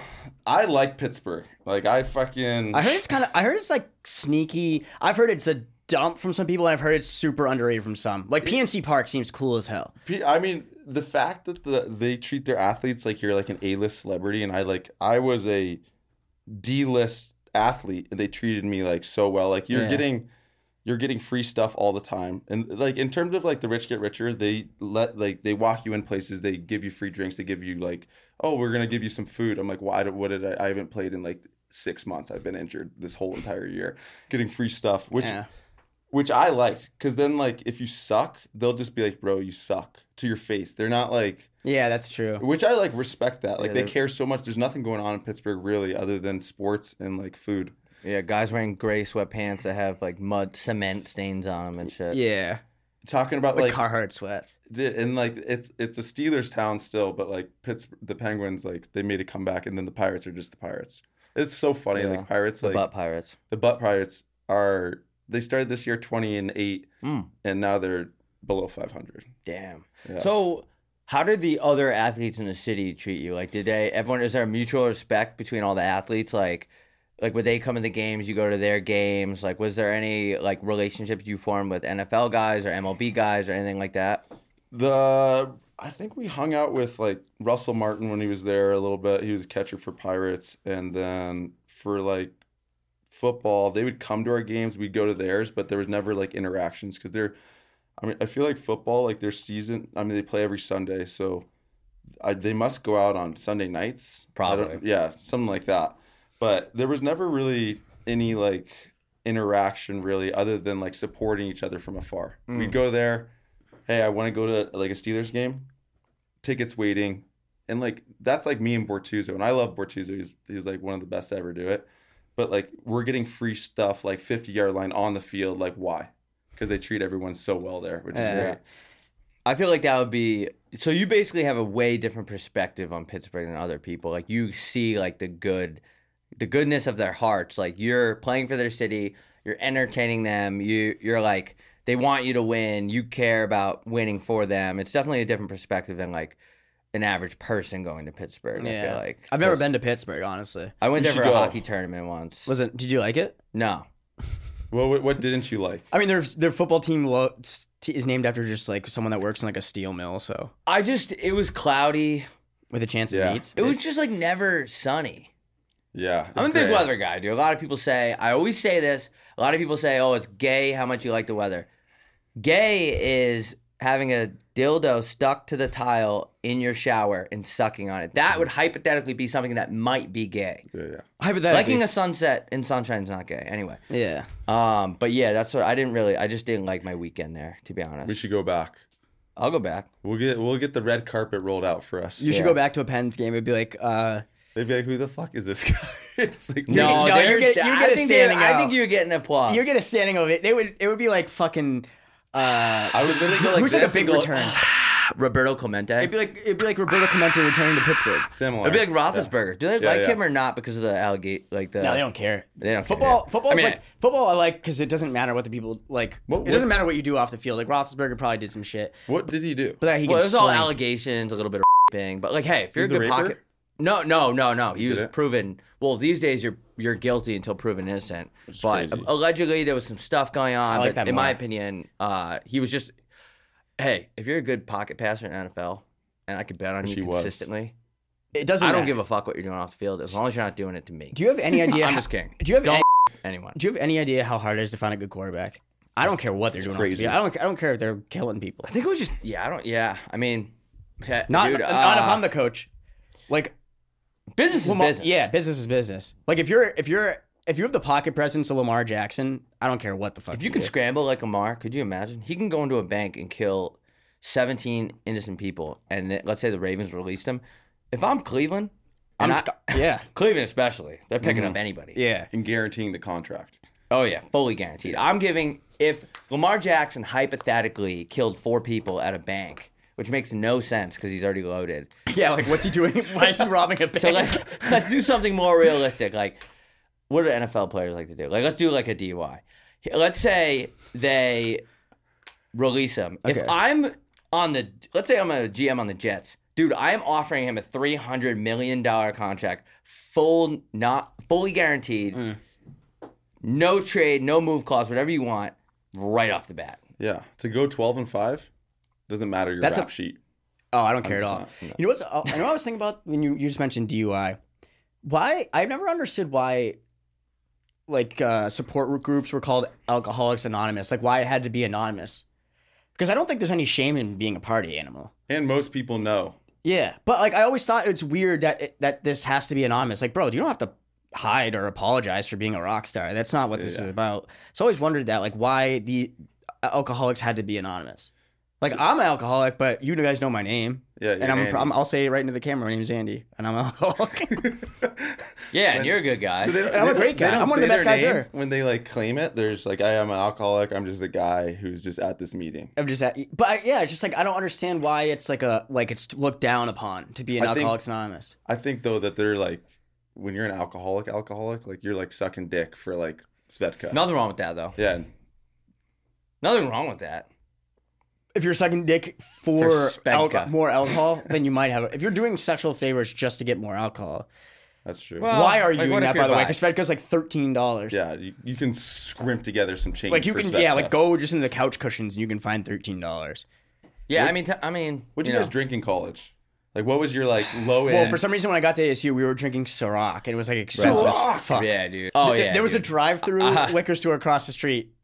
[SPEAKER 3] I like Pittsburgh. Like I fucking
[SPEAKER 2] I heard it's kind of. I heard it's like sneaky. I've heard it's a dump from some people, and I've heard it's super underrated from some. Like PNC Park seems cool as hell.
[SPEAKER 3] P- I mean, the fact that the they treat their athletes like you're like an A list celebrity, and I like I was a D list athlete, and they treated me like so well. Like you're
[SPEAKER 2] Yeah.
[SPEAKER 3] getting you're getting free stuff all the time, and like in terms of like the rich get richer, they let like they walk you in places, they give you free drinks, they give you like oh we're gonna give you some food. I'm like why? do- What did I? I haven't played in like six months. I've been injured this whole entire year, getting free stuff, which
[SPEAKER 2] Yeah.
[SPEAKER 3] which I liked because then like if you suck, they'll just be like, "Bro, you suck" to your face. They're not like,
[SPEAKER 2] Yeah, that's true.
[SPEAKER 3] which I like respect that. Like
[SPEAKER 1] Yeah,
[SPEAKER 3] they
[SPEAKER 1] they're-
[SPEAKER 3] care so much. There's nothing going on in Pittsburgh really other than sports and like food.
[SPEAKER 1] Yeah, guys wearing gray sweatpants that have like mud cement stains on them and shit.
[SPEAKER 2] Yeah,
[SPEAKER 3] Talking about
[SPEAKER 2] like
[SPEAKER 3] like
[SPEAKER 2] Carhartt sweats.
[SPEAKER 3] di- and like it's it's a Steelers town still, but like Pittsburgh, the Penguins like they made a comeback, and then the Pirates are just the Pirates. It's so funny.
[SPEAKER 1] Yeah.
[SPEAKER 3] Like Pirates,
[SPEAKER 1] The
[SPEAKER 3] like
[SPEAKER 1] butt pirates.
[SPEAKER 3] the butt Pirates are they started this year twenty and eight,
[SPEAKER 1] Mm.
[SPEAKER 3] and now they're below five hundred.
[SPEAKER 1] Damn.
[SPEAKER 3] Yeah.
[SPEAKER 1] So, how did the other athletes in the city treat you? Like, did they? Everyone is there mutual respect between all the athletes? Like, like would they come to the games? You go to their games. Like, was there any like relationships you formed with NFL guys or MLB guys or anything like that?
[SPEAKER 3] The I think we hung out with like Russell Martin when he was there a little bit. He was a catcher for Pirates, and then for like football, they would come to our games. We'd go to theirs, but there was never like interactions because they're. I mean, I feel like football, like their season. I mean, they play every Sunday, so I, they must go out on Sunday nights. I don't-
[SPEAKER 1] Probably.
[SPEAKER 3] yeah, something like that. But there was never really any like interaction really, other than like supporting each other from afar. We'd go there hey, I want to go to like a Steelers game, tickets waiting, and like that's like me and Bortuzzo, and I love Bortuzzo. He's he's like one of the best to ever do it, but like we're getting free stuff like fifty yard line on the field. Like why? Because they treat everyone so well there, which is
[SPEAKER 2] Yeah.
[SPEAKER 3] great.
[SPEAKER 1] I feel like that would be so. You basically have a way different perspective on Pittsburgh than other people. Like you see, like the good, the goodness of their hearts. Like you're playing for their city, you're entertaining them. You you're like they want you to win. You care about winning for them. It's definitely a different perspective than like an average person going to Pittsburgh. I
[SPEAKER 2] Yeah,
[SPEAKER 1] feel like
[SPEAKER 2] I've never been to Pittsburgh. Honestly,
[SPEAKER 1] I went
[SPEAKER 3] You
[SPEAKER 1] there for
[SPEAKER 3] should
[SPEAKER 1] a
[SPEAKER 3] go.
[SPEAKER 1] hockey tournament once.
[SPEAKER 2] wasn't. Did you like it?
[SPEAKER 1] No,
[SPEAKER 3] Well, what, what didn't you like?
[SPEAKER 2] I mean, their their football team lo- s- t- is named after just like someone that works in like a steel mill, so
[SPEAKER 1] I just it was cloudy.
[SPEAKER 2] with a chance of
[SPEAKER 3] Yeah.
[SPEAKER 2] beats.
[SPEAKER 1] It was just like never sunny.
[SPEAKER 3] Yeah, it's
[SPEAKER 1] I'm a big
[SPEAKER 3] great.
[SPEAKER 1] weather guy, dude. A lot of people say, I always say this. A lot of people say, oh, it's gay how much you like the weather. Gay is having a dildo stuck to the tile in your shower and sucking on it. That would hypothetically be something that might be gay.
[SPEAKER 3] Yeah, yeah.
[SPEAKER 2] Hypothetically.
[SPEAKER 1] Liking a sunset in sunshine is not gay. Anyway.
[SPEAKER 2] yeah.
[SPEAKER 1] Um, but yeah, that's what I didn't really, I just didn't like my weekend there, to be honest.
[SPEAKER 3] We should go back.
[SPEAKER 1] I'll go back.
[SPEAKER 3] We'll get we'll get the red carpet rolled out for us.
[SPEAKER 2] You should go back to a Pens game and be like, uh,
[SPEAKER 3] They'd be like, "Who the fuck is this (laughs) guy?" it's like
[SPEAKER 1] No,
[SPEAKER 2] No, you
[SPEAKER 1] there's-
[SPEAKER 2] get- you
[SPEAKER 1] I
[SPEAKER 2] get a
[SPEAKER 1] think they-
[SPEAKER 2] standing
[SPEAKER 1] I think
[SPEAKER 2] out.
[SPEAKER 1] you're getting applause.
[SPEAKER 2] you're getting a standing ovation. They would. It would be like fucking. Uh,
[SPEAKER 3] I would literally go like
[SPEAKER 2] who's like
[SPEAKER 3] this
[SPEAKER 2] a big
[SPEAKER 3] and go,
[SPEAKER 2] return?
[SPEAKER 1] (sighs) Roberto Clemente.
[SPEAKER 2] It'd be like it'd be like Roberto Clemente returning to Pittsburgh.
[SPEAKER 3] Similar.
[SPEAKER 1] It'd be like Roethlisberger. Do they
[SPEAKER 3] Yeah,
[SPEAKER 1] like
[SPEAKER 3] yeah.
[SPEAKER 1] him or not because of the allegate? Like the
[SPEAKER 2] No, they don't care.
[SPEAKER 1] They don't care,
[SPEAKER 2] football.
[SPEAKER 1] yeah.
[SPEAKER 2] Football's
[SPEAKER 1] I mean,
[SPEAKER 2] like football. I like because it doesn't matter what the people like.
[SPEAKER 3] What-
[SPEAKER 2] it
[SPEAKER 3] what-
[SPEAKER 2] doesn't matter what you do off the field. Like Roethlisberger probably did some shit,
[SPEAKER 3] What did he do?
[SPEAKER 2] but that he
[SPEAKER 1] Well, it
[SPEAKER 2] can
[SPEAKER 1] was all
[SPEAKER 2] sling.
[SPEAKER 1] allegations, a little bit of (laughs) raping, but like, hey, if you're
[SPEAKER 3] He's
[SPEAKER 1] a
[SPEAKER 3] a
[SPEAKER 1] good
[SPEAKER 3] raper?
[SPEAKER 1] pocket, no, no, no, no. He
[SPEAKER 3] did
[SPEAKER 1] was
[SPEAKER 3] it?
[SPEAKER 1] proven. Well, these days you're you're guilty until proven innocent.
[SPEAKER 3] is
[SPEAKER 1] But
[SPEAKER 3] crazy.
[SPEAKER 1] allegedly there was some stuff going on.
[SPEAKER 2] like
[SPEAKER 1] but
[SPEAKER 2] that
[SPEAKER 1] in my
[SPEAKER 2] more.
[SPEAKER 1] opinion, uh, he was just, hey, if you're a good pocket passer in NFL, and I could bet on
[SPEAKER 3] Which
[SPEAKER 1] you
[SPEAKER 3] he was.
[SPEAKER 1] consistently,
[SPEAKER 2] It doesn't.
[SPEAKER 1] I don't
[SPEAKER 2] matter.
[SPEAKER 1] give a fuck what you're doing off the field as long as you're not doing it to me.
[SPEAKER 2] Do you have any idea?
[SPEAKER 1] (laughs) I'm
[SPEAKER 2] how-
[SPEAKER 1] just kidding.
[SPEAKER 2] Do you have
[SPEAKER 1] Don't
[SPEAKER 2] any,
[SPEAKER 1] anyone?
[SPEAKER 2] Do you have any idea how hard it is to find a good quarterback? I don't care what they're doing. off the
[SPEAKER 3] crazy.
[SPEAKER 2] field. I don't. I don't care if they're killing people.
[SPEAKER 1] I think it was just yeah. I don't yeah. I mean, yeah,
[SPEAKER 2] Not
[SPEAKER 1] dude,
[SPEAKER 2] not if
[SPEAKER 1] uh,
[SPEAKER 2] I'm the coach. Like
[SPEAKER 1] business is
[SPEAKER 2] Lamar-
[SPEAKER 1] business.
[SPEAKER 2] Yeah, business is business. Like if you're if you're if you have the pocket presence of Lamar Jackson, I don't care what the fuck.
[SPEAKER 1] If you can scramble like Amar, could you imagine? He can go into a bank and kill 17 innocent people, and th- let's say the Ravens released him. If I'm Cleveland, and
[SPEAKER 2] I'm
[SPEAKER 1] i
[SPEAKER 2] t- yeah,
[SPEAKER 1] Cleveland especially, they're picking up anybody. (laughs)
[SPEAKER 2] yeah.
[SPEAKER 3] And guaranteeing the contract.
[SPEAKER 1] Oh yeah, fully guaranteed. I'm giving if Lamar Jackson hypothetically killed four people at a bank, which makes no sense because he's already loaded.
[SPEAKER 2] Yeah, like what's he doing? Why is he robbing a bank?
[SPEAKER 1] So let's (laughs) let's do something more realistic. Like, what do NFL players like to do? Like, let's do like a DUI. Let's say they release him.
[SPEAKER 2] Okay.
[SPEAKER 1] If I'm on the, let's say I'm a GM on the Jets, dude, I am offering him a three hundred million dollar contract, full not fully guaranteed,
[SPEAKER 2] Mm.
[SPEAKER 1] no trade, no move clause, whatever you want, right off the bat.
[SPEAKER 3] Yeah, to go twelve and five doesn't matter your
[SPEAKER 2] That's
[SPEAKER 3] rap
[SPEAKER 2] a-
[SPEAKER 3] sheet.
[SPEAKER 2] oh, I don't care at all.
[SPEAKER 3] 100%, no.
[SPEAKER 2] You know what's? oh, I know what I was thinking about when you you just mentioned DUI. Why I've never understood why like uh, support groups were called Alcoholics Anonymous. Like why it had to be anonymous. Because I don't think there's any shame in being a party animal.
[SPEAKER 3] And most people know.
[SPEAKER 2] Yeah, but like I always thought it's weird that it, that this has to be anonymous. Like, bro, you don't have to hide or apologize for being a rock star. That's not what this is about. So I always wondered that, like, why the uh, alcoholics had to be anonymous. Like, I'm an alcoholic, but you guys know my name.
[SPEAKER 3] Yeah,
[SPEAKER 2] and
[SPEAKER 3] you're
[SPEAKER 2] I'm, a pro- I'm
[SPEAKER 3] Andy. (laughs)
[SPEAKER 2] I'll say it right into the camera. My name's Andy, and I'm an alcoholic.
[SPEAKER 1] Yeah, and you're a good guy.
[SPEAKER 3] they don't-
[SPEAKER 2] I'm a
[SPEAKER 3] they
[SPEAKER 2] great
[SPEAKER 3] don't- they
[SPEAKER 2] guy.
[SPEAKER 3] don't
[SPEAKER 2] I'm one of
[SPEAKER 3] say
[SPEAKER 2] the best
[SPEAKER 3] their
[SPEAKER 2] guys
[SPEAKER 3] name
[SPEAKER 2] there.
[SPEAKER 3] When they like claim it, there's like, I am an alcoholic. I'm just a guy who's just at this meeting.
[SPEAKER 2] (laughs) I'm just, at, but I, yeah, it's just like I don't understand why it's like a like it's looked down upon to be an
[SPEAKER 3] I think-
[SPEAKER 2] alcoholics anonymous.
[SPEAKER 3] I think though that they're like, when you're an alcoholic, alcoholic, like you're like sucking dick for like Svetka.
[SPEAKER 1] Nothing wrong with that though.
[SPEAKER 3] Yeah, and
[SPEAKER 1] Nothing wrong with that.
[SPEAKER 2] if you're sucking dick for,
[SPEAKER 1] For
[SPEAKER 2] alco-
[SPEAKER 1] Spenka.
[SPEAKER 2] more alcohol, (laughs) then you might have. If you're doing sexual favors just to get more alcohol,
[SPEAKER 3] that's true.
[SPEAKER 1] Well- Oh,
[SPEAKER 2] why are you
[SPEAKER 1] like,
[SPEAKER 2] doing
[SPEAKER 1] what if
[SPEAKER 2] that? By
[SPEAKER 1] you're
[SPEAKER 2] the
[SPEAKER 1] bi?
[SPEAKER 2] way, because Fedka's like thirteen dollars.
[SPEAKER 3] yeah, you, you can scrimp together some change.
[SPEAKER 2] Like you
[SPEAKER 3] for
[SPEAKER 2] can,
[SPEAKER 3] Svedka.
[SPEAKER 2] yeah, like go just into the couch cushions and you can find thirteen dollars.
[SPEAKER 1] Yeah, I mean, t- I mean,
[SPEAKER 3] What'd
[SPEAKER 1] you
[SPEAKER 3] you,
[SPEAKER 1] know.
[SPEAKER 3] guys drink in college? Like, what was your like low end?
[SPEAKER 2] Well, for some reason, when I got to ASU, we were drinking Ciroc, and it was like expensive. as
[SPEAKER 3] Ciroc!
[SPEAKER 2] Fuck.
[SPEAKER 1] Yeah, dude. Oh
[SPEAKER 2] Th-
[SPEAKER 1] yeah.
[SPEAKER 2] there was a
[SPEAKER 1] dude. Uh-huh.
[SPEAKER 2] drive-through
[SPEAKER 1] (laughs)
[SPEAKER 2] liquor store across the street.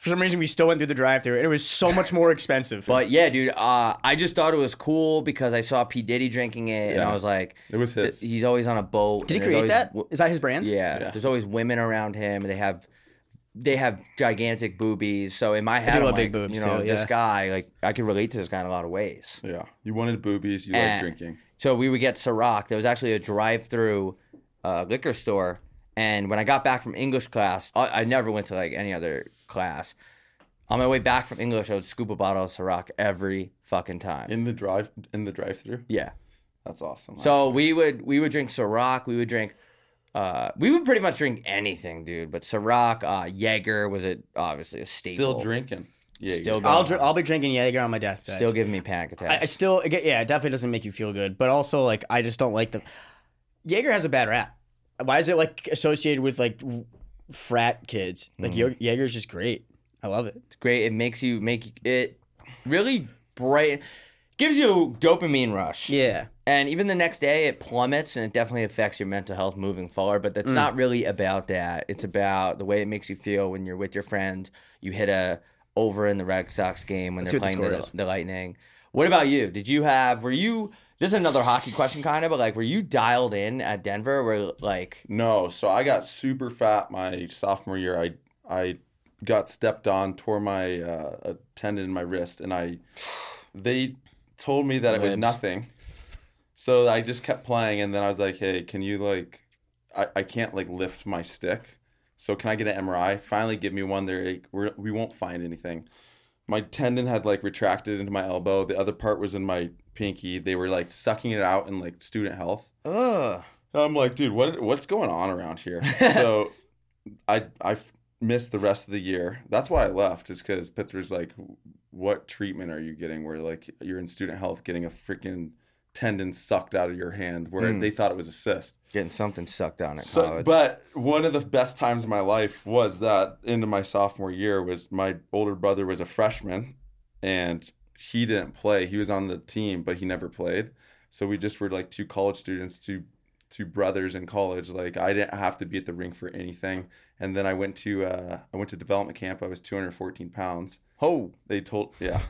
[SPEAKER 2] For some reason, we still went through the drive-through, and it was so much more expensive.
[SPEAKER 1] But yeah, dude, uh, I just thought it was cool because I saw P Diddy drinking it, and
[SPEAKER 3] Yeah.
[SPEAKER 1] I was like,
[SPEAKER 3] It was
[SPEAKER 1] th-
[SPEAKER 3] his.
[SPEAKER 1] he's always on a boat.
[SPEAKER 2] did he
[SPEAKER 1] and there's
[SPEAKER 2] create
[SPEAKER 1] always
[SPEAKER 2] that?
[SPEAKER 1] w-
[SPEAKER 2] Is that his brand?
[SPEAKER 1] yeah,
[SPEAKER 3] Yeah.
[SPEAKER 1] there's always women around him. And they have they have gigantic boobies. So in my head, I'm
[SPEAKER 2] love
[SPEAKER 1] like,
[SPEAKER 2] big boobs
[SPEAKER 1] you know,
[SPEAKER 2] too,
[SPEAKER 1] this
[SPEAKER 2] yeah.
[SPEAKER 1] guy, like, I can relate to this guy in a lot of ways.
[SPEAKER 3] yeah, you wanted boobies. You
[SPEAKER 1] Eh.
[SPEAKER 3] like drinking.
[SPEAKER 1] So we would get Ciroc. There was actually a drive-through uh, liquor store, and when I got back from English class, I, I never went to like any other class. On my way back from English, I would scoop a bottle of Ciroc every fucking time.
[SPEAKER 3] in the drive in the drive through.
[SPEAKER 1] yeah.
[SPEAKER 3] That's awesome.
[SPEAKER 1] So we would we would drink Ciroc. We would drink. Uh, we would pretty much drink anything, dude. But Ciroc, uh, Jaeger was a, obviously a staple.
[SPEAKER 3] still drinking. Yeah,
[SPEAKER 1] Still,
[SPEAKER 3] yeah.
[SPEAKER 1] going
[SPEAKER 2] I'll
[SPEAKER 1] on.
[SPEAKER 2] dr- I'll be drinking Jaeger on my deathbed.
[SPEAKER 1] still giving me panic
[SPEAKER 2] I, I
[SPEAKER 1] attacks.
[SPEAKER 2] still, it get- yeah, it definitely doesn't make you feel good. But also, like, I just don't like the Jaeger has a bad rap. Why is it like associated with like w- frat kids?
[SPEAKER 1] Mm-hmm.
[SPEAKER 2] Like Yo Jaeger's just great. I love it.
[SPEAKER 1] it's great. It makes you make it really bright. Gives you a dopamine rush.
[SPEAKER 2] Yeah,
[SPEAKER 1] And even the next day, it plummets and it definitely affects your mental health moving forward. But that's not really about that. It's about the way it makes you feel when you're with your friends. You hit a over in the Red Sox game when
[SPEAKER 2] Let's
[SPEAKER 1] they're
[SPEAKER 2] see what the
[SPEAKER 1] playing the,
[SPEAKER 2] score is.
[SPEAKER 1] the Lightning. What about you? Did you have, were you, this is another hockey question kind of, but like, were you dialed in at Denver where like,
[SPEAKER 3] No, so I got super fat my sophomore year. I I got stepped on, tore my uh, a tendon in my wrist, and I they told me that it was
[SPEAKER 1] Libs.
[SPEAKER 3] nothing. So I just kept playing, and then I was like, "Hey, can you like, I, I can't like lift my stick, so can I get an MRI? Finally, give me one. They're like, We're, we won't find anything. My tendon had like retracted into my elbow. The other part was in my pinky. They were like sucking it out in like student health.
[SPEAKER 1] (laughs) ugh,
[SPEAKER 3] I'm like, dude, what what's going on around here? (laughs) so I I missed the rest of the year. That's why I left, is because Pittsburgh's like, what treatment are you getting? Where like you're in student health getting a freaking tendon sucked out of your hand where
[SPEAKER 1] Mm.
[SPEAKER 3] they thought it was a cyst.
[SPEAKER 1] getting something sucked on at
[SPEAKER 3] So,
[SPEAKER 1] college?
[SPEAKER 3] but one of the best times of my life was that into my sophomore year was my older brother was a freshman and he didn't play. He was on the team, but he never played. So we just were like two college students, two two brothers in college. Like I didn't have to be at the rink for anything. And then I went to uh, I went to development camp. I was 214 pounds.
[SPEAKER 1] oh,
[SPEAKER 3] They told yeah.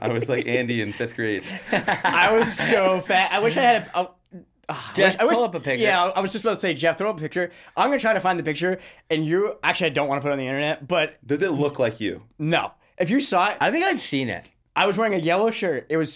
[SPEAKER 3] I was like Andy in fifth grade.
[SPEAKER 2] I was so fat. I wish I had a. a ah, I
[SPEAKER 1] Jeff,
[SPEAKER 2] wish- I wish-
[SPEAKER 1] pull up a picture.
[SPEAKER 2] Yeah, I I was just about to say, Jeff, throw up a picture. I'm gonna try to find the picture, and you actually, I don't want to put it on the internet, but
[SPEAKER 3] Does it look like you?
[SPEAKER 2] no. If you saw it, I,
[SPEAKER 1] I think I've seen it.
[SPEAKER 2] was wearing a yellow shirt. It was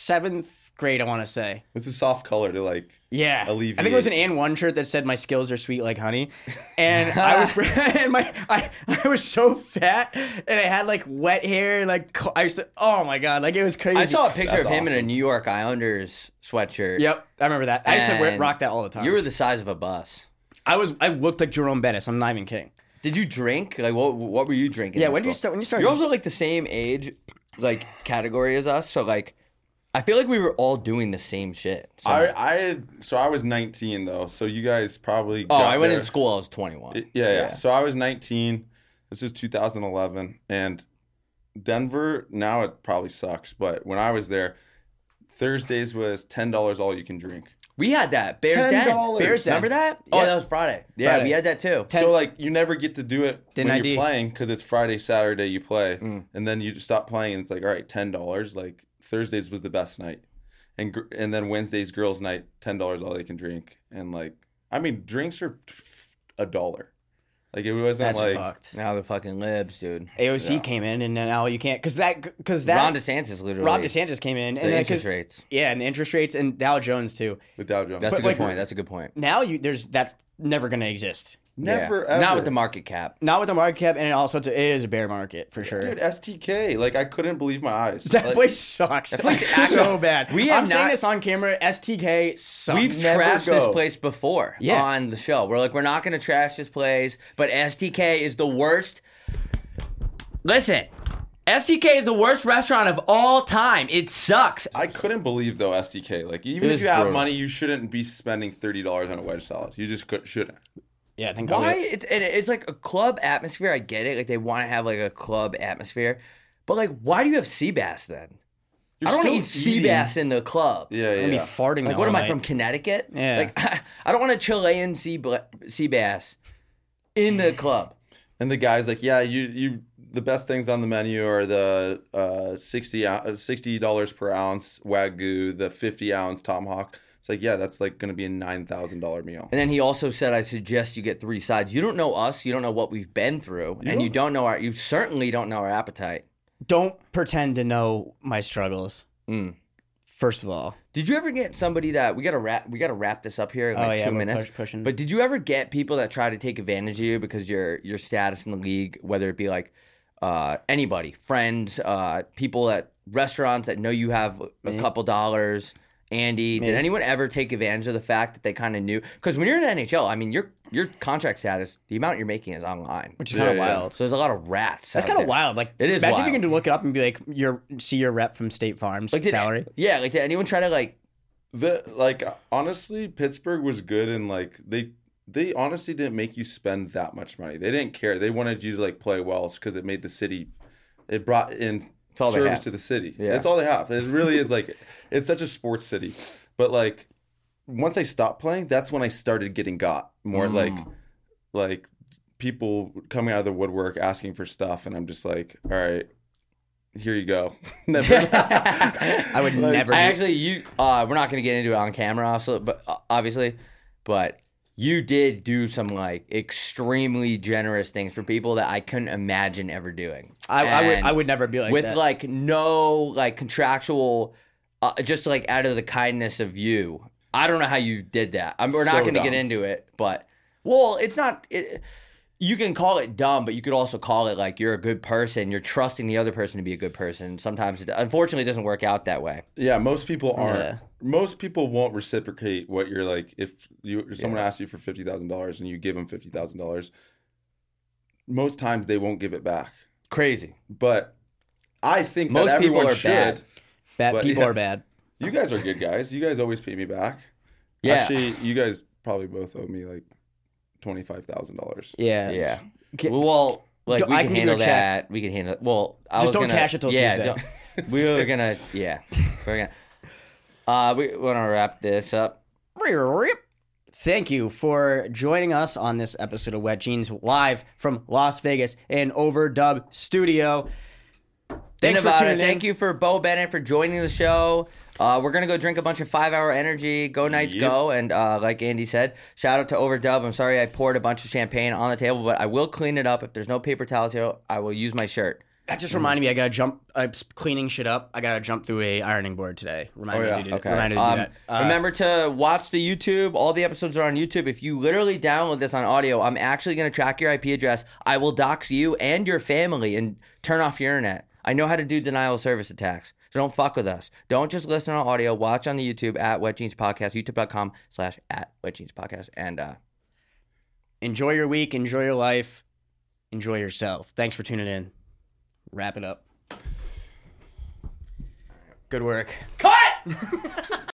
[SPEAKER 2] seventh grade, I want to say.
[SPEAKER 3] It's a soft color to like
[SPEAKER 2] Yeah, I think
[SPEAKER 3] Alleviate.
[SPEAKER 2] it was an and one shirt that said "My skills are sweet
[SPEAKER 1] (laughs)
[SPEAKER 2] like honey," and I was (laughs) and my I, I was so fat and I had like wet hair and like cl- I used to oh my god like it was crazy.
[SPEAKER 1] I saw a picture
[SPEAKER 3] That's
[SPEAKER 1] of him in a
[SPEAKER 3] awesome.
[SPEAKER 1] New York Islanders sweatshirt.
[SPEAKER 2] Yep, I remember that. I used to wear,
[SPEAKER 1] And
[SPEAKER 2] rock that all the time.
[SPEAKER 1] You were the size of a bus.
[SPEAKER 2] I was I looked like Jerome Bettis. I'm not even kidding.
[SPEAKER 1] Did you drink? Like, what what were you drinking?
[SPEAKER 2] Yeah,
[SPEAKER 1] in
[SPEAKER 2] when did you
[SPEAKER 1] school?
[SPEAKER 2] start? When you started?
[SPEAKER 1] You're also like the same age, like category as us. So like, I feel like we were all doing the same shit. So,
[SPEAKER 3] I, I had, so I was 19 though, so you guys probably.
[SPEAKER 1] oh,
[SPEAKER 3] got
[SPEAKER 1] I went
[SPEAKER 3] there-
[SPEAKER 1] in school. I was 21.
[SPEAKER 3] Yeah, yeah, So I was 19. This is 2011, and Denver now it probably sucks, but when I was there, Thursdays was ten dollars all you can drink.
[SPEAKER 1] we had that Bears Den.
[SPEAKER 3] $10.
[SPEAKER 1] Bears Den. Remember that? Oh,
[SPEAKER 2] Yeah.
[SPEAKER 1] that was Friday. Yeah,
[SPEAKER 2] Friday.
[SPEAKER 1] we had that too.
[SPEAKER 3] So like you never get to do it
[SPEAKER 2] Didn't
[SPEAKER 3] when
[SPEAKER 2] ID.
[SPEAKER 3] you're playing because it's Friday, Saturday you play,
[SPEAKER 1] Mm.
[SPEAKER 3] and then you just stop playing. And it's like all right, ten dollars. Like Thursdays was the best night, and gr- and then Wednesdays girls' night, ten dollars all they can drink, and like I mean drinks are a dollar. Like it wasn't
[SPEAKER 2] That's
[SPEAKER 3] like
[SPEAKER 2] fucked.
[SPEAKER 1] Now the fucking libs, dude.
[SPEAKER 2] AOC
[SPEAKER 3] Yeah.
[SPEAKER 2] came in, and now you can't because that because
[SPEAKER 1] Ron
[SPEAKER 2] that
[SPEAKER 1] DeSantis literally.
[SPEAKER 2] Rob DeSantis came in,
[SPEAKER 1] The
[SPEAKER 2] and then 'cause-
[SPEAKER 1] interest rates.
[SPEAKER 2] yeah, and the interest rates, and Dow Jones too.
[SPEAKER 3] the Dow Jones.
[SPEAKER 1] That's a
[SPEAKER 2] But,
[SPEAKER 1] good
[SPEAKER 2] like-
[SPEAKER 1] point. That's a good point.
[SPEAKER 2] Now you there's that's never gonna exist.
[SPEAKER 1] Yeah.
[SPEAKER 3] Never ever.
[SPEAKER 1] Not with the market cap.
[SPEAKER 2] Not with the market cap, and also it's a, it is a bear market for sure.
[SPEAKER 3] Dude, STK. Like I couldn't believe my
[SPEAKER 1] (laughs)
[SPEAKER 2] (laughs)
[SPEAKER 3] eyes.
[SPEAKER 2] that
[SPEAKER 3] Like,
[SPEAKER 2] place sucks. (laughs) so bad.
[SPEAKER 1] We have
[SPEAKER 2] I'm saying
[SPEAKER 1] not-
[SPEAKER 2] this on camera. STK sucks.
[SPEAKER 1] We've
[SPEAKER 3] never
[SPEAKER 1] trashed
[SPEAKER 3] go.
[SPEAKER 1] this place before
[SPEAKER 2] Yeah.
[SPEAKER 1] on the show. We're like, we're not going to trash this place, but STK is the worst. Listen, STK is the worst restaurant of all time. It sucks.
[SPEAKER 3] I couldn't believe though STK. Like even
[SPEAKER 1] It
[SPEAKER 3] if
[SPEAKER 1] is
[SPEAKER 3] you have
[SPEAKER 1] brutal.
[SPEAKER 3] money, you shouldn't be spending thirty dollars on a wedge salad. You just could, shouldn't.
[SPEAKER 2] yeah, I think
[SPEAKER 1] Why?
[SPEAKER 2] I'm-
[SPEAKER 1] It's, and it's like a club atmosphere. I get it. Like they want to have like a club atmosphere, but like, why do you have sea bass then?
[SPEAKER 3] You're
[SPEAKER 1] I don't want to
[SPEAKER 3] still
[SPEAKER 1] eat sea
[SPEAKER 3] eating.
[SPEAKER 1] bass in the club.
[SPEAKER 3] Yeah,
[SPEAKER 2] I'm gonna
[SPEAKER 3] yeah.
[SPEAKER 2] be
[SPEAKER 1] Like,
[SPEAKER 2] farting. the
[SPEAKER 1] what
[SPEAKER 2] whole
[SPEAKER 1] am I
[SPEAKER 2] night.
[SPEAKER 1] from Connecticut?
[SPEAKER 2] Yeah.
[SPEAKER 1] Like, (laughs) I don't want a Chilean sea bla- sea bass in
[SPEAKER 3] (laughs)
[SPEAKER 1] the club.
[SPEAKER 3] and the guy's like, yeah, you you the best things on the menu are the uh, 60 ou- 60 dollars per ounce wagyu, the fifty ounce tomahawk. It's like, yeah, that's like going to be a nine thousand dollar meal.
[SPEAKER 1] And then he also said, I suggest you get three sides. You don't know us. You don't know what we've been through. and you don't know our, you certainly don't know our appetite.
[SPEAKER 2] Don't pretend to know my struggles.
[SPEAKER 1] Mm.
[SPEAKER 2] First of all,
[SPEAKER 1] Did you ever get somebody that, we got to wrap, we got to wrap this up here in
[SPEAKER 2] oh
[SPEAKER 1] like
[SPEAKER 2] yeah,
[SPEAKER 1] two
[SPEAKER 2] we're
[SPEAKER 1] minutes.
[SPEAKER 2] push- pushing.
[SPEAKER 1] But did you ever get people that try to take advantage of you because your, your status in the league, whether it be like uh, anybody, friends, uh, people at restaurants that know you have a couple dollars? Andy, did anyone ever take advantage of the fact that they kind of knew? Because when you're in the NHL, I mean, your your contract status, the amount you're making is online,
[SPEAKER 2] which is kind of
[SPEAKER 3] Yeah, yeah.
[SPEAKER 2] wild.
[SPEAKER 1] So there's a lot of rats.
[SPEAKER 2] That's
[SPEAKER 1] out
[SPEAKER 2] kind of
[SPEAKER 1] there.
[SPEAKER 2] wild. Like
[SPEAKER 1] It is
[SPEAKER 2] Imagine if
[SPEAKER 1] wild.
[SPEAKER 2] you can look it up and be like, your see your rep from State Farms
[SPEAKER 1] Like, did-
[SPEAKER 2] salary.
[SPEAKER 1] Yeah, like did anyone try to (laughs) like?
[SPEAKER 3] The like honestly, Pittsburgh was good and like they they honestly didn't make you spend that much money. They didn't care. They wanted you to like play well because it made the city. It brought in
[SPEAKER 1] It's all they
[SPEAKER 3] service
[SPEAKER 1] have.
[SPEAKER 3] to the city.
[SPEAKER 1] Yeah.
[SPEAKER 3] That's all they have. It really is like it's such a sports city. But like once I stopped playing, that's when I started getting got
[SPEAKER 1] Mm.
[SPEAKER 3] more like like people coming out of the woodwork asking for stuff, and I'm just like, all right, here you go. (laughs) Never.
[SPEAKER 2] I
[SPEAKER 3] (laughs)
[SPEAKER 2] would
[SPEAKER 1] (laughs)
[SPEAKER 2] never.
[SPEAKER 1] I actually, you. Uh, we're not gonna get into it on camera, also, but uh, obviously, but you did do some like extremely generous things for people that I couldn't imagine ever doing.
[SPEAKER 2] I, I would.
[SPEAKER 1] And
[SPEAKER 2] I would never be like
[SPEAKER 1] with
[SPEAKER 2] that.
[SPEAKER 1] like no like contractual, uh, just like out of the kindness of you. I don't know how you did that. I'm, we're not
[SPEAKER 3] So
[SPEAKER 1] gonna get
[SPEAKER 3] dumb.
[SPEAKER 1] into it, but well, it's not. It, you can call it dumb, but you could also call it like you're a good person. You're trusting the other person to be a good person. Sometimes, it, unfortunately, it doesn't work out that way.
[SPEAKER 3] Yeah, most people aren't.
[SPEAKER 2] Yeah.
[SPEAKER 3] Most people won't reciprocate what you're like. If you if someone asks you for fifty thousand dollars and you give them fifty thousand dollars, most times they won't give it back.
[SPEAKER 1] Crazy.
[SPEAKER 3] But I think
[SPEAKER 1] Most
[SPEAKER 3] that
[SPEAKER 1] people
[SPEAKER 3] everyone
[SPEAKER 1] are
[SPEAKER 3] should.
[SPEAKER 1] bad.
[SPEAKER 2] bad
[SPEAKER 3] but
[SPEAKER 2] people
[SPEAKER 1] (laughs)
[SPEAKER 3] yeah.
[SPEAKER 2] are bad.
[SPEAKER 3] You guys are good guys. You guys always pay me back.
[SPEAKER 1] Yeah.
[SPEAKER 3] Actually, you guys probably both owe me like twenty five thousand dollars.
[SPEAKER 2] Yeah.
[SPEAKER 1] yeah.
[SPEAKER 2] Ca-
[SPEAKER 1] well, like
[SPEAKER 2] Do-
[SPEAKER 1] we
[SPEAKER 2] I
[SPEAKER 1] can
[SPEAKER 2] can give you
[SPEAKER 1] handle
[SPEAKER 2] a check.
[SPEAKER 1] that. We can handle. Well, I
[SPEAKER 2] Just
[SPEAKER 1] was
[SPEAKER 2] don't
[SPEAKER 1] gonna-
[SPEAKER 2] cash it till
[SPEAKER 1] yeah,
[SPEAKER 2] Tuesday.
[SPEAKER 1] don't- we were gonna.
[SPEAKER 2] (laughs)
[SPEAKER 1] Yeah. We're gonna. Uh, we want to wrap this up.
[SPEAKER 2] Thank you for joining us on this episode of Wet Jeans live from Las Vegas in Overdub Studio. Thanks
[SPEAKER 1] Think
[SPEAKER 2] for
[SPEAKER 1] about
[SPEAKER 2] tuning
[SPEAKER 1] it.
[SPEAKER 2] in.
[SPEAKER 1] Thank you for Bo Bennett for joining the show. Uh, we're gonna go drink a bunch of five hour energy. Go Knights,
[SPEAKER 3] Yep.
[SPEAKER 1] go! And uh, like Andy said, shout out to Overdub. I'm sorry I poured a bunch of champagne on the table, but I will clean it up. If there's no paper towels here, I will use my shirt.
[SPEAKER 2] That just reminded me. I gotta jump. I'm s- cleaning shit up. I gotta jump through a ironing board today. Remind me
[SPEAKER 3] yeah,
[SPEAKER 2] to do, that-
[SPEAKER 1] Oh, Okay.
[SPEAKER 2] remind me to do
[SPEAKER 1] Um,
[SPEAKER 2] that. Uh,
[SPEAKER 1] remember to watch the YouTube. All the episodes are on YouTube. If you literally download this on audio, I'm actually going to track your IP address. I will dox you and your family and turn off your internet. I know how to do denial of service attacks. So don't fuck with us. Don't just listen on audio. Watch on the YouTube at Wet Jeans Podcast, youtube.com slash at Wet Jeans Podcast. And uh,
[SPEAKER 2] enjoy your week. Enjoy your life. Enjoy yourself. Thanks for tuning in. Wrap it up. Good work.
[SPEAKER 1] cut!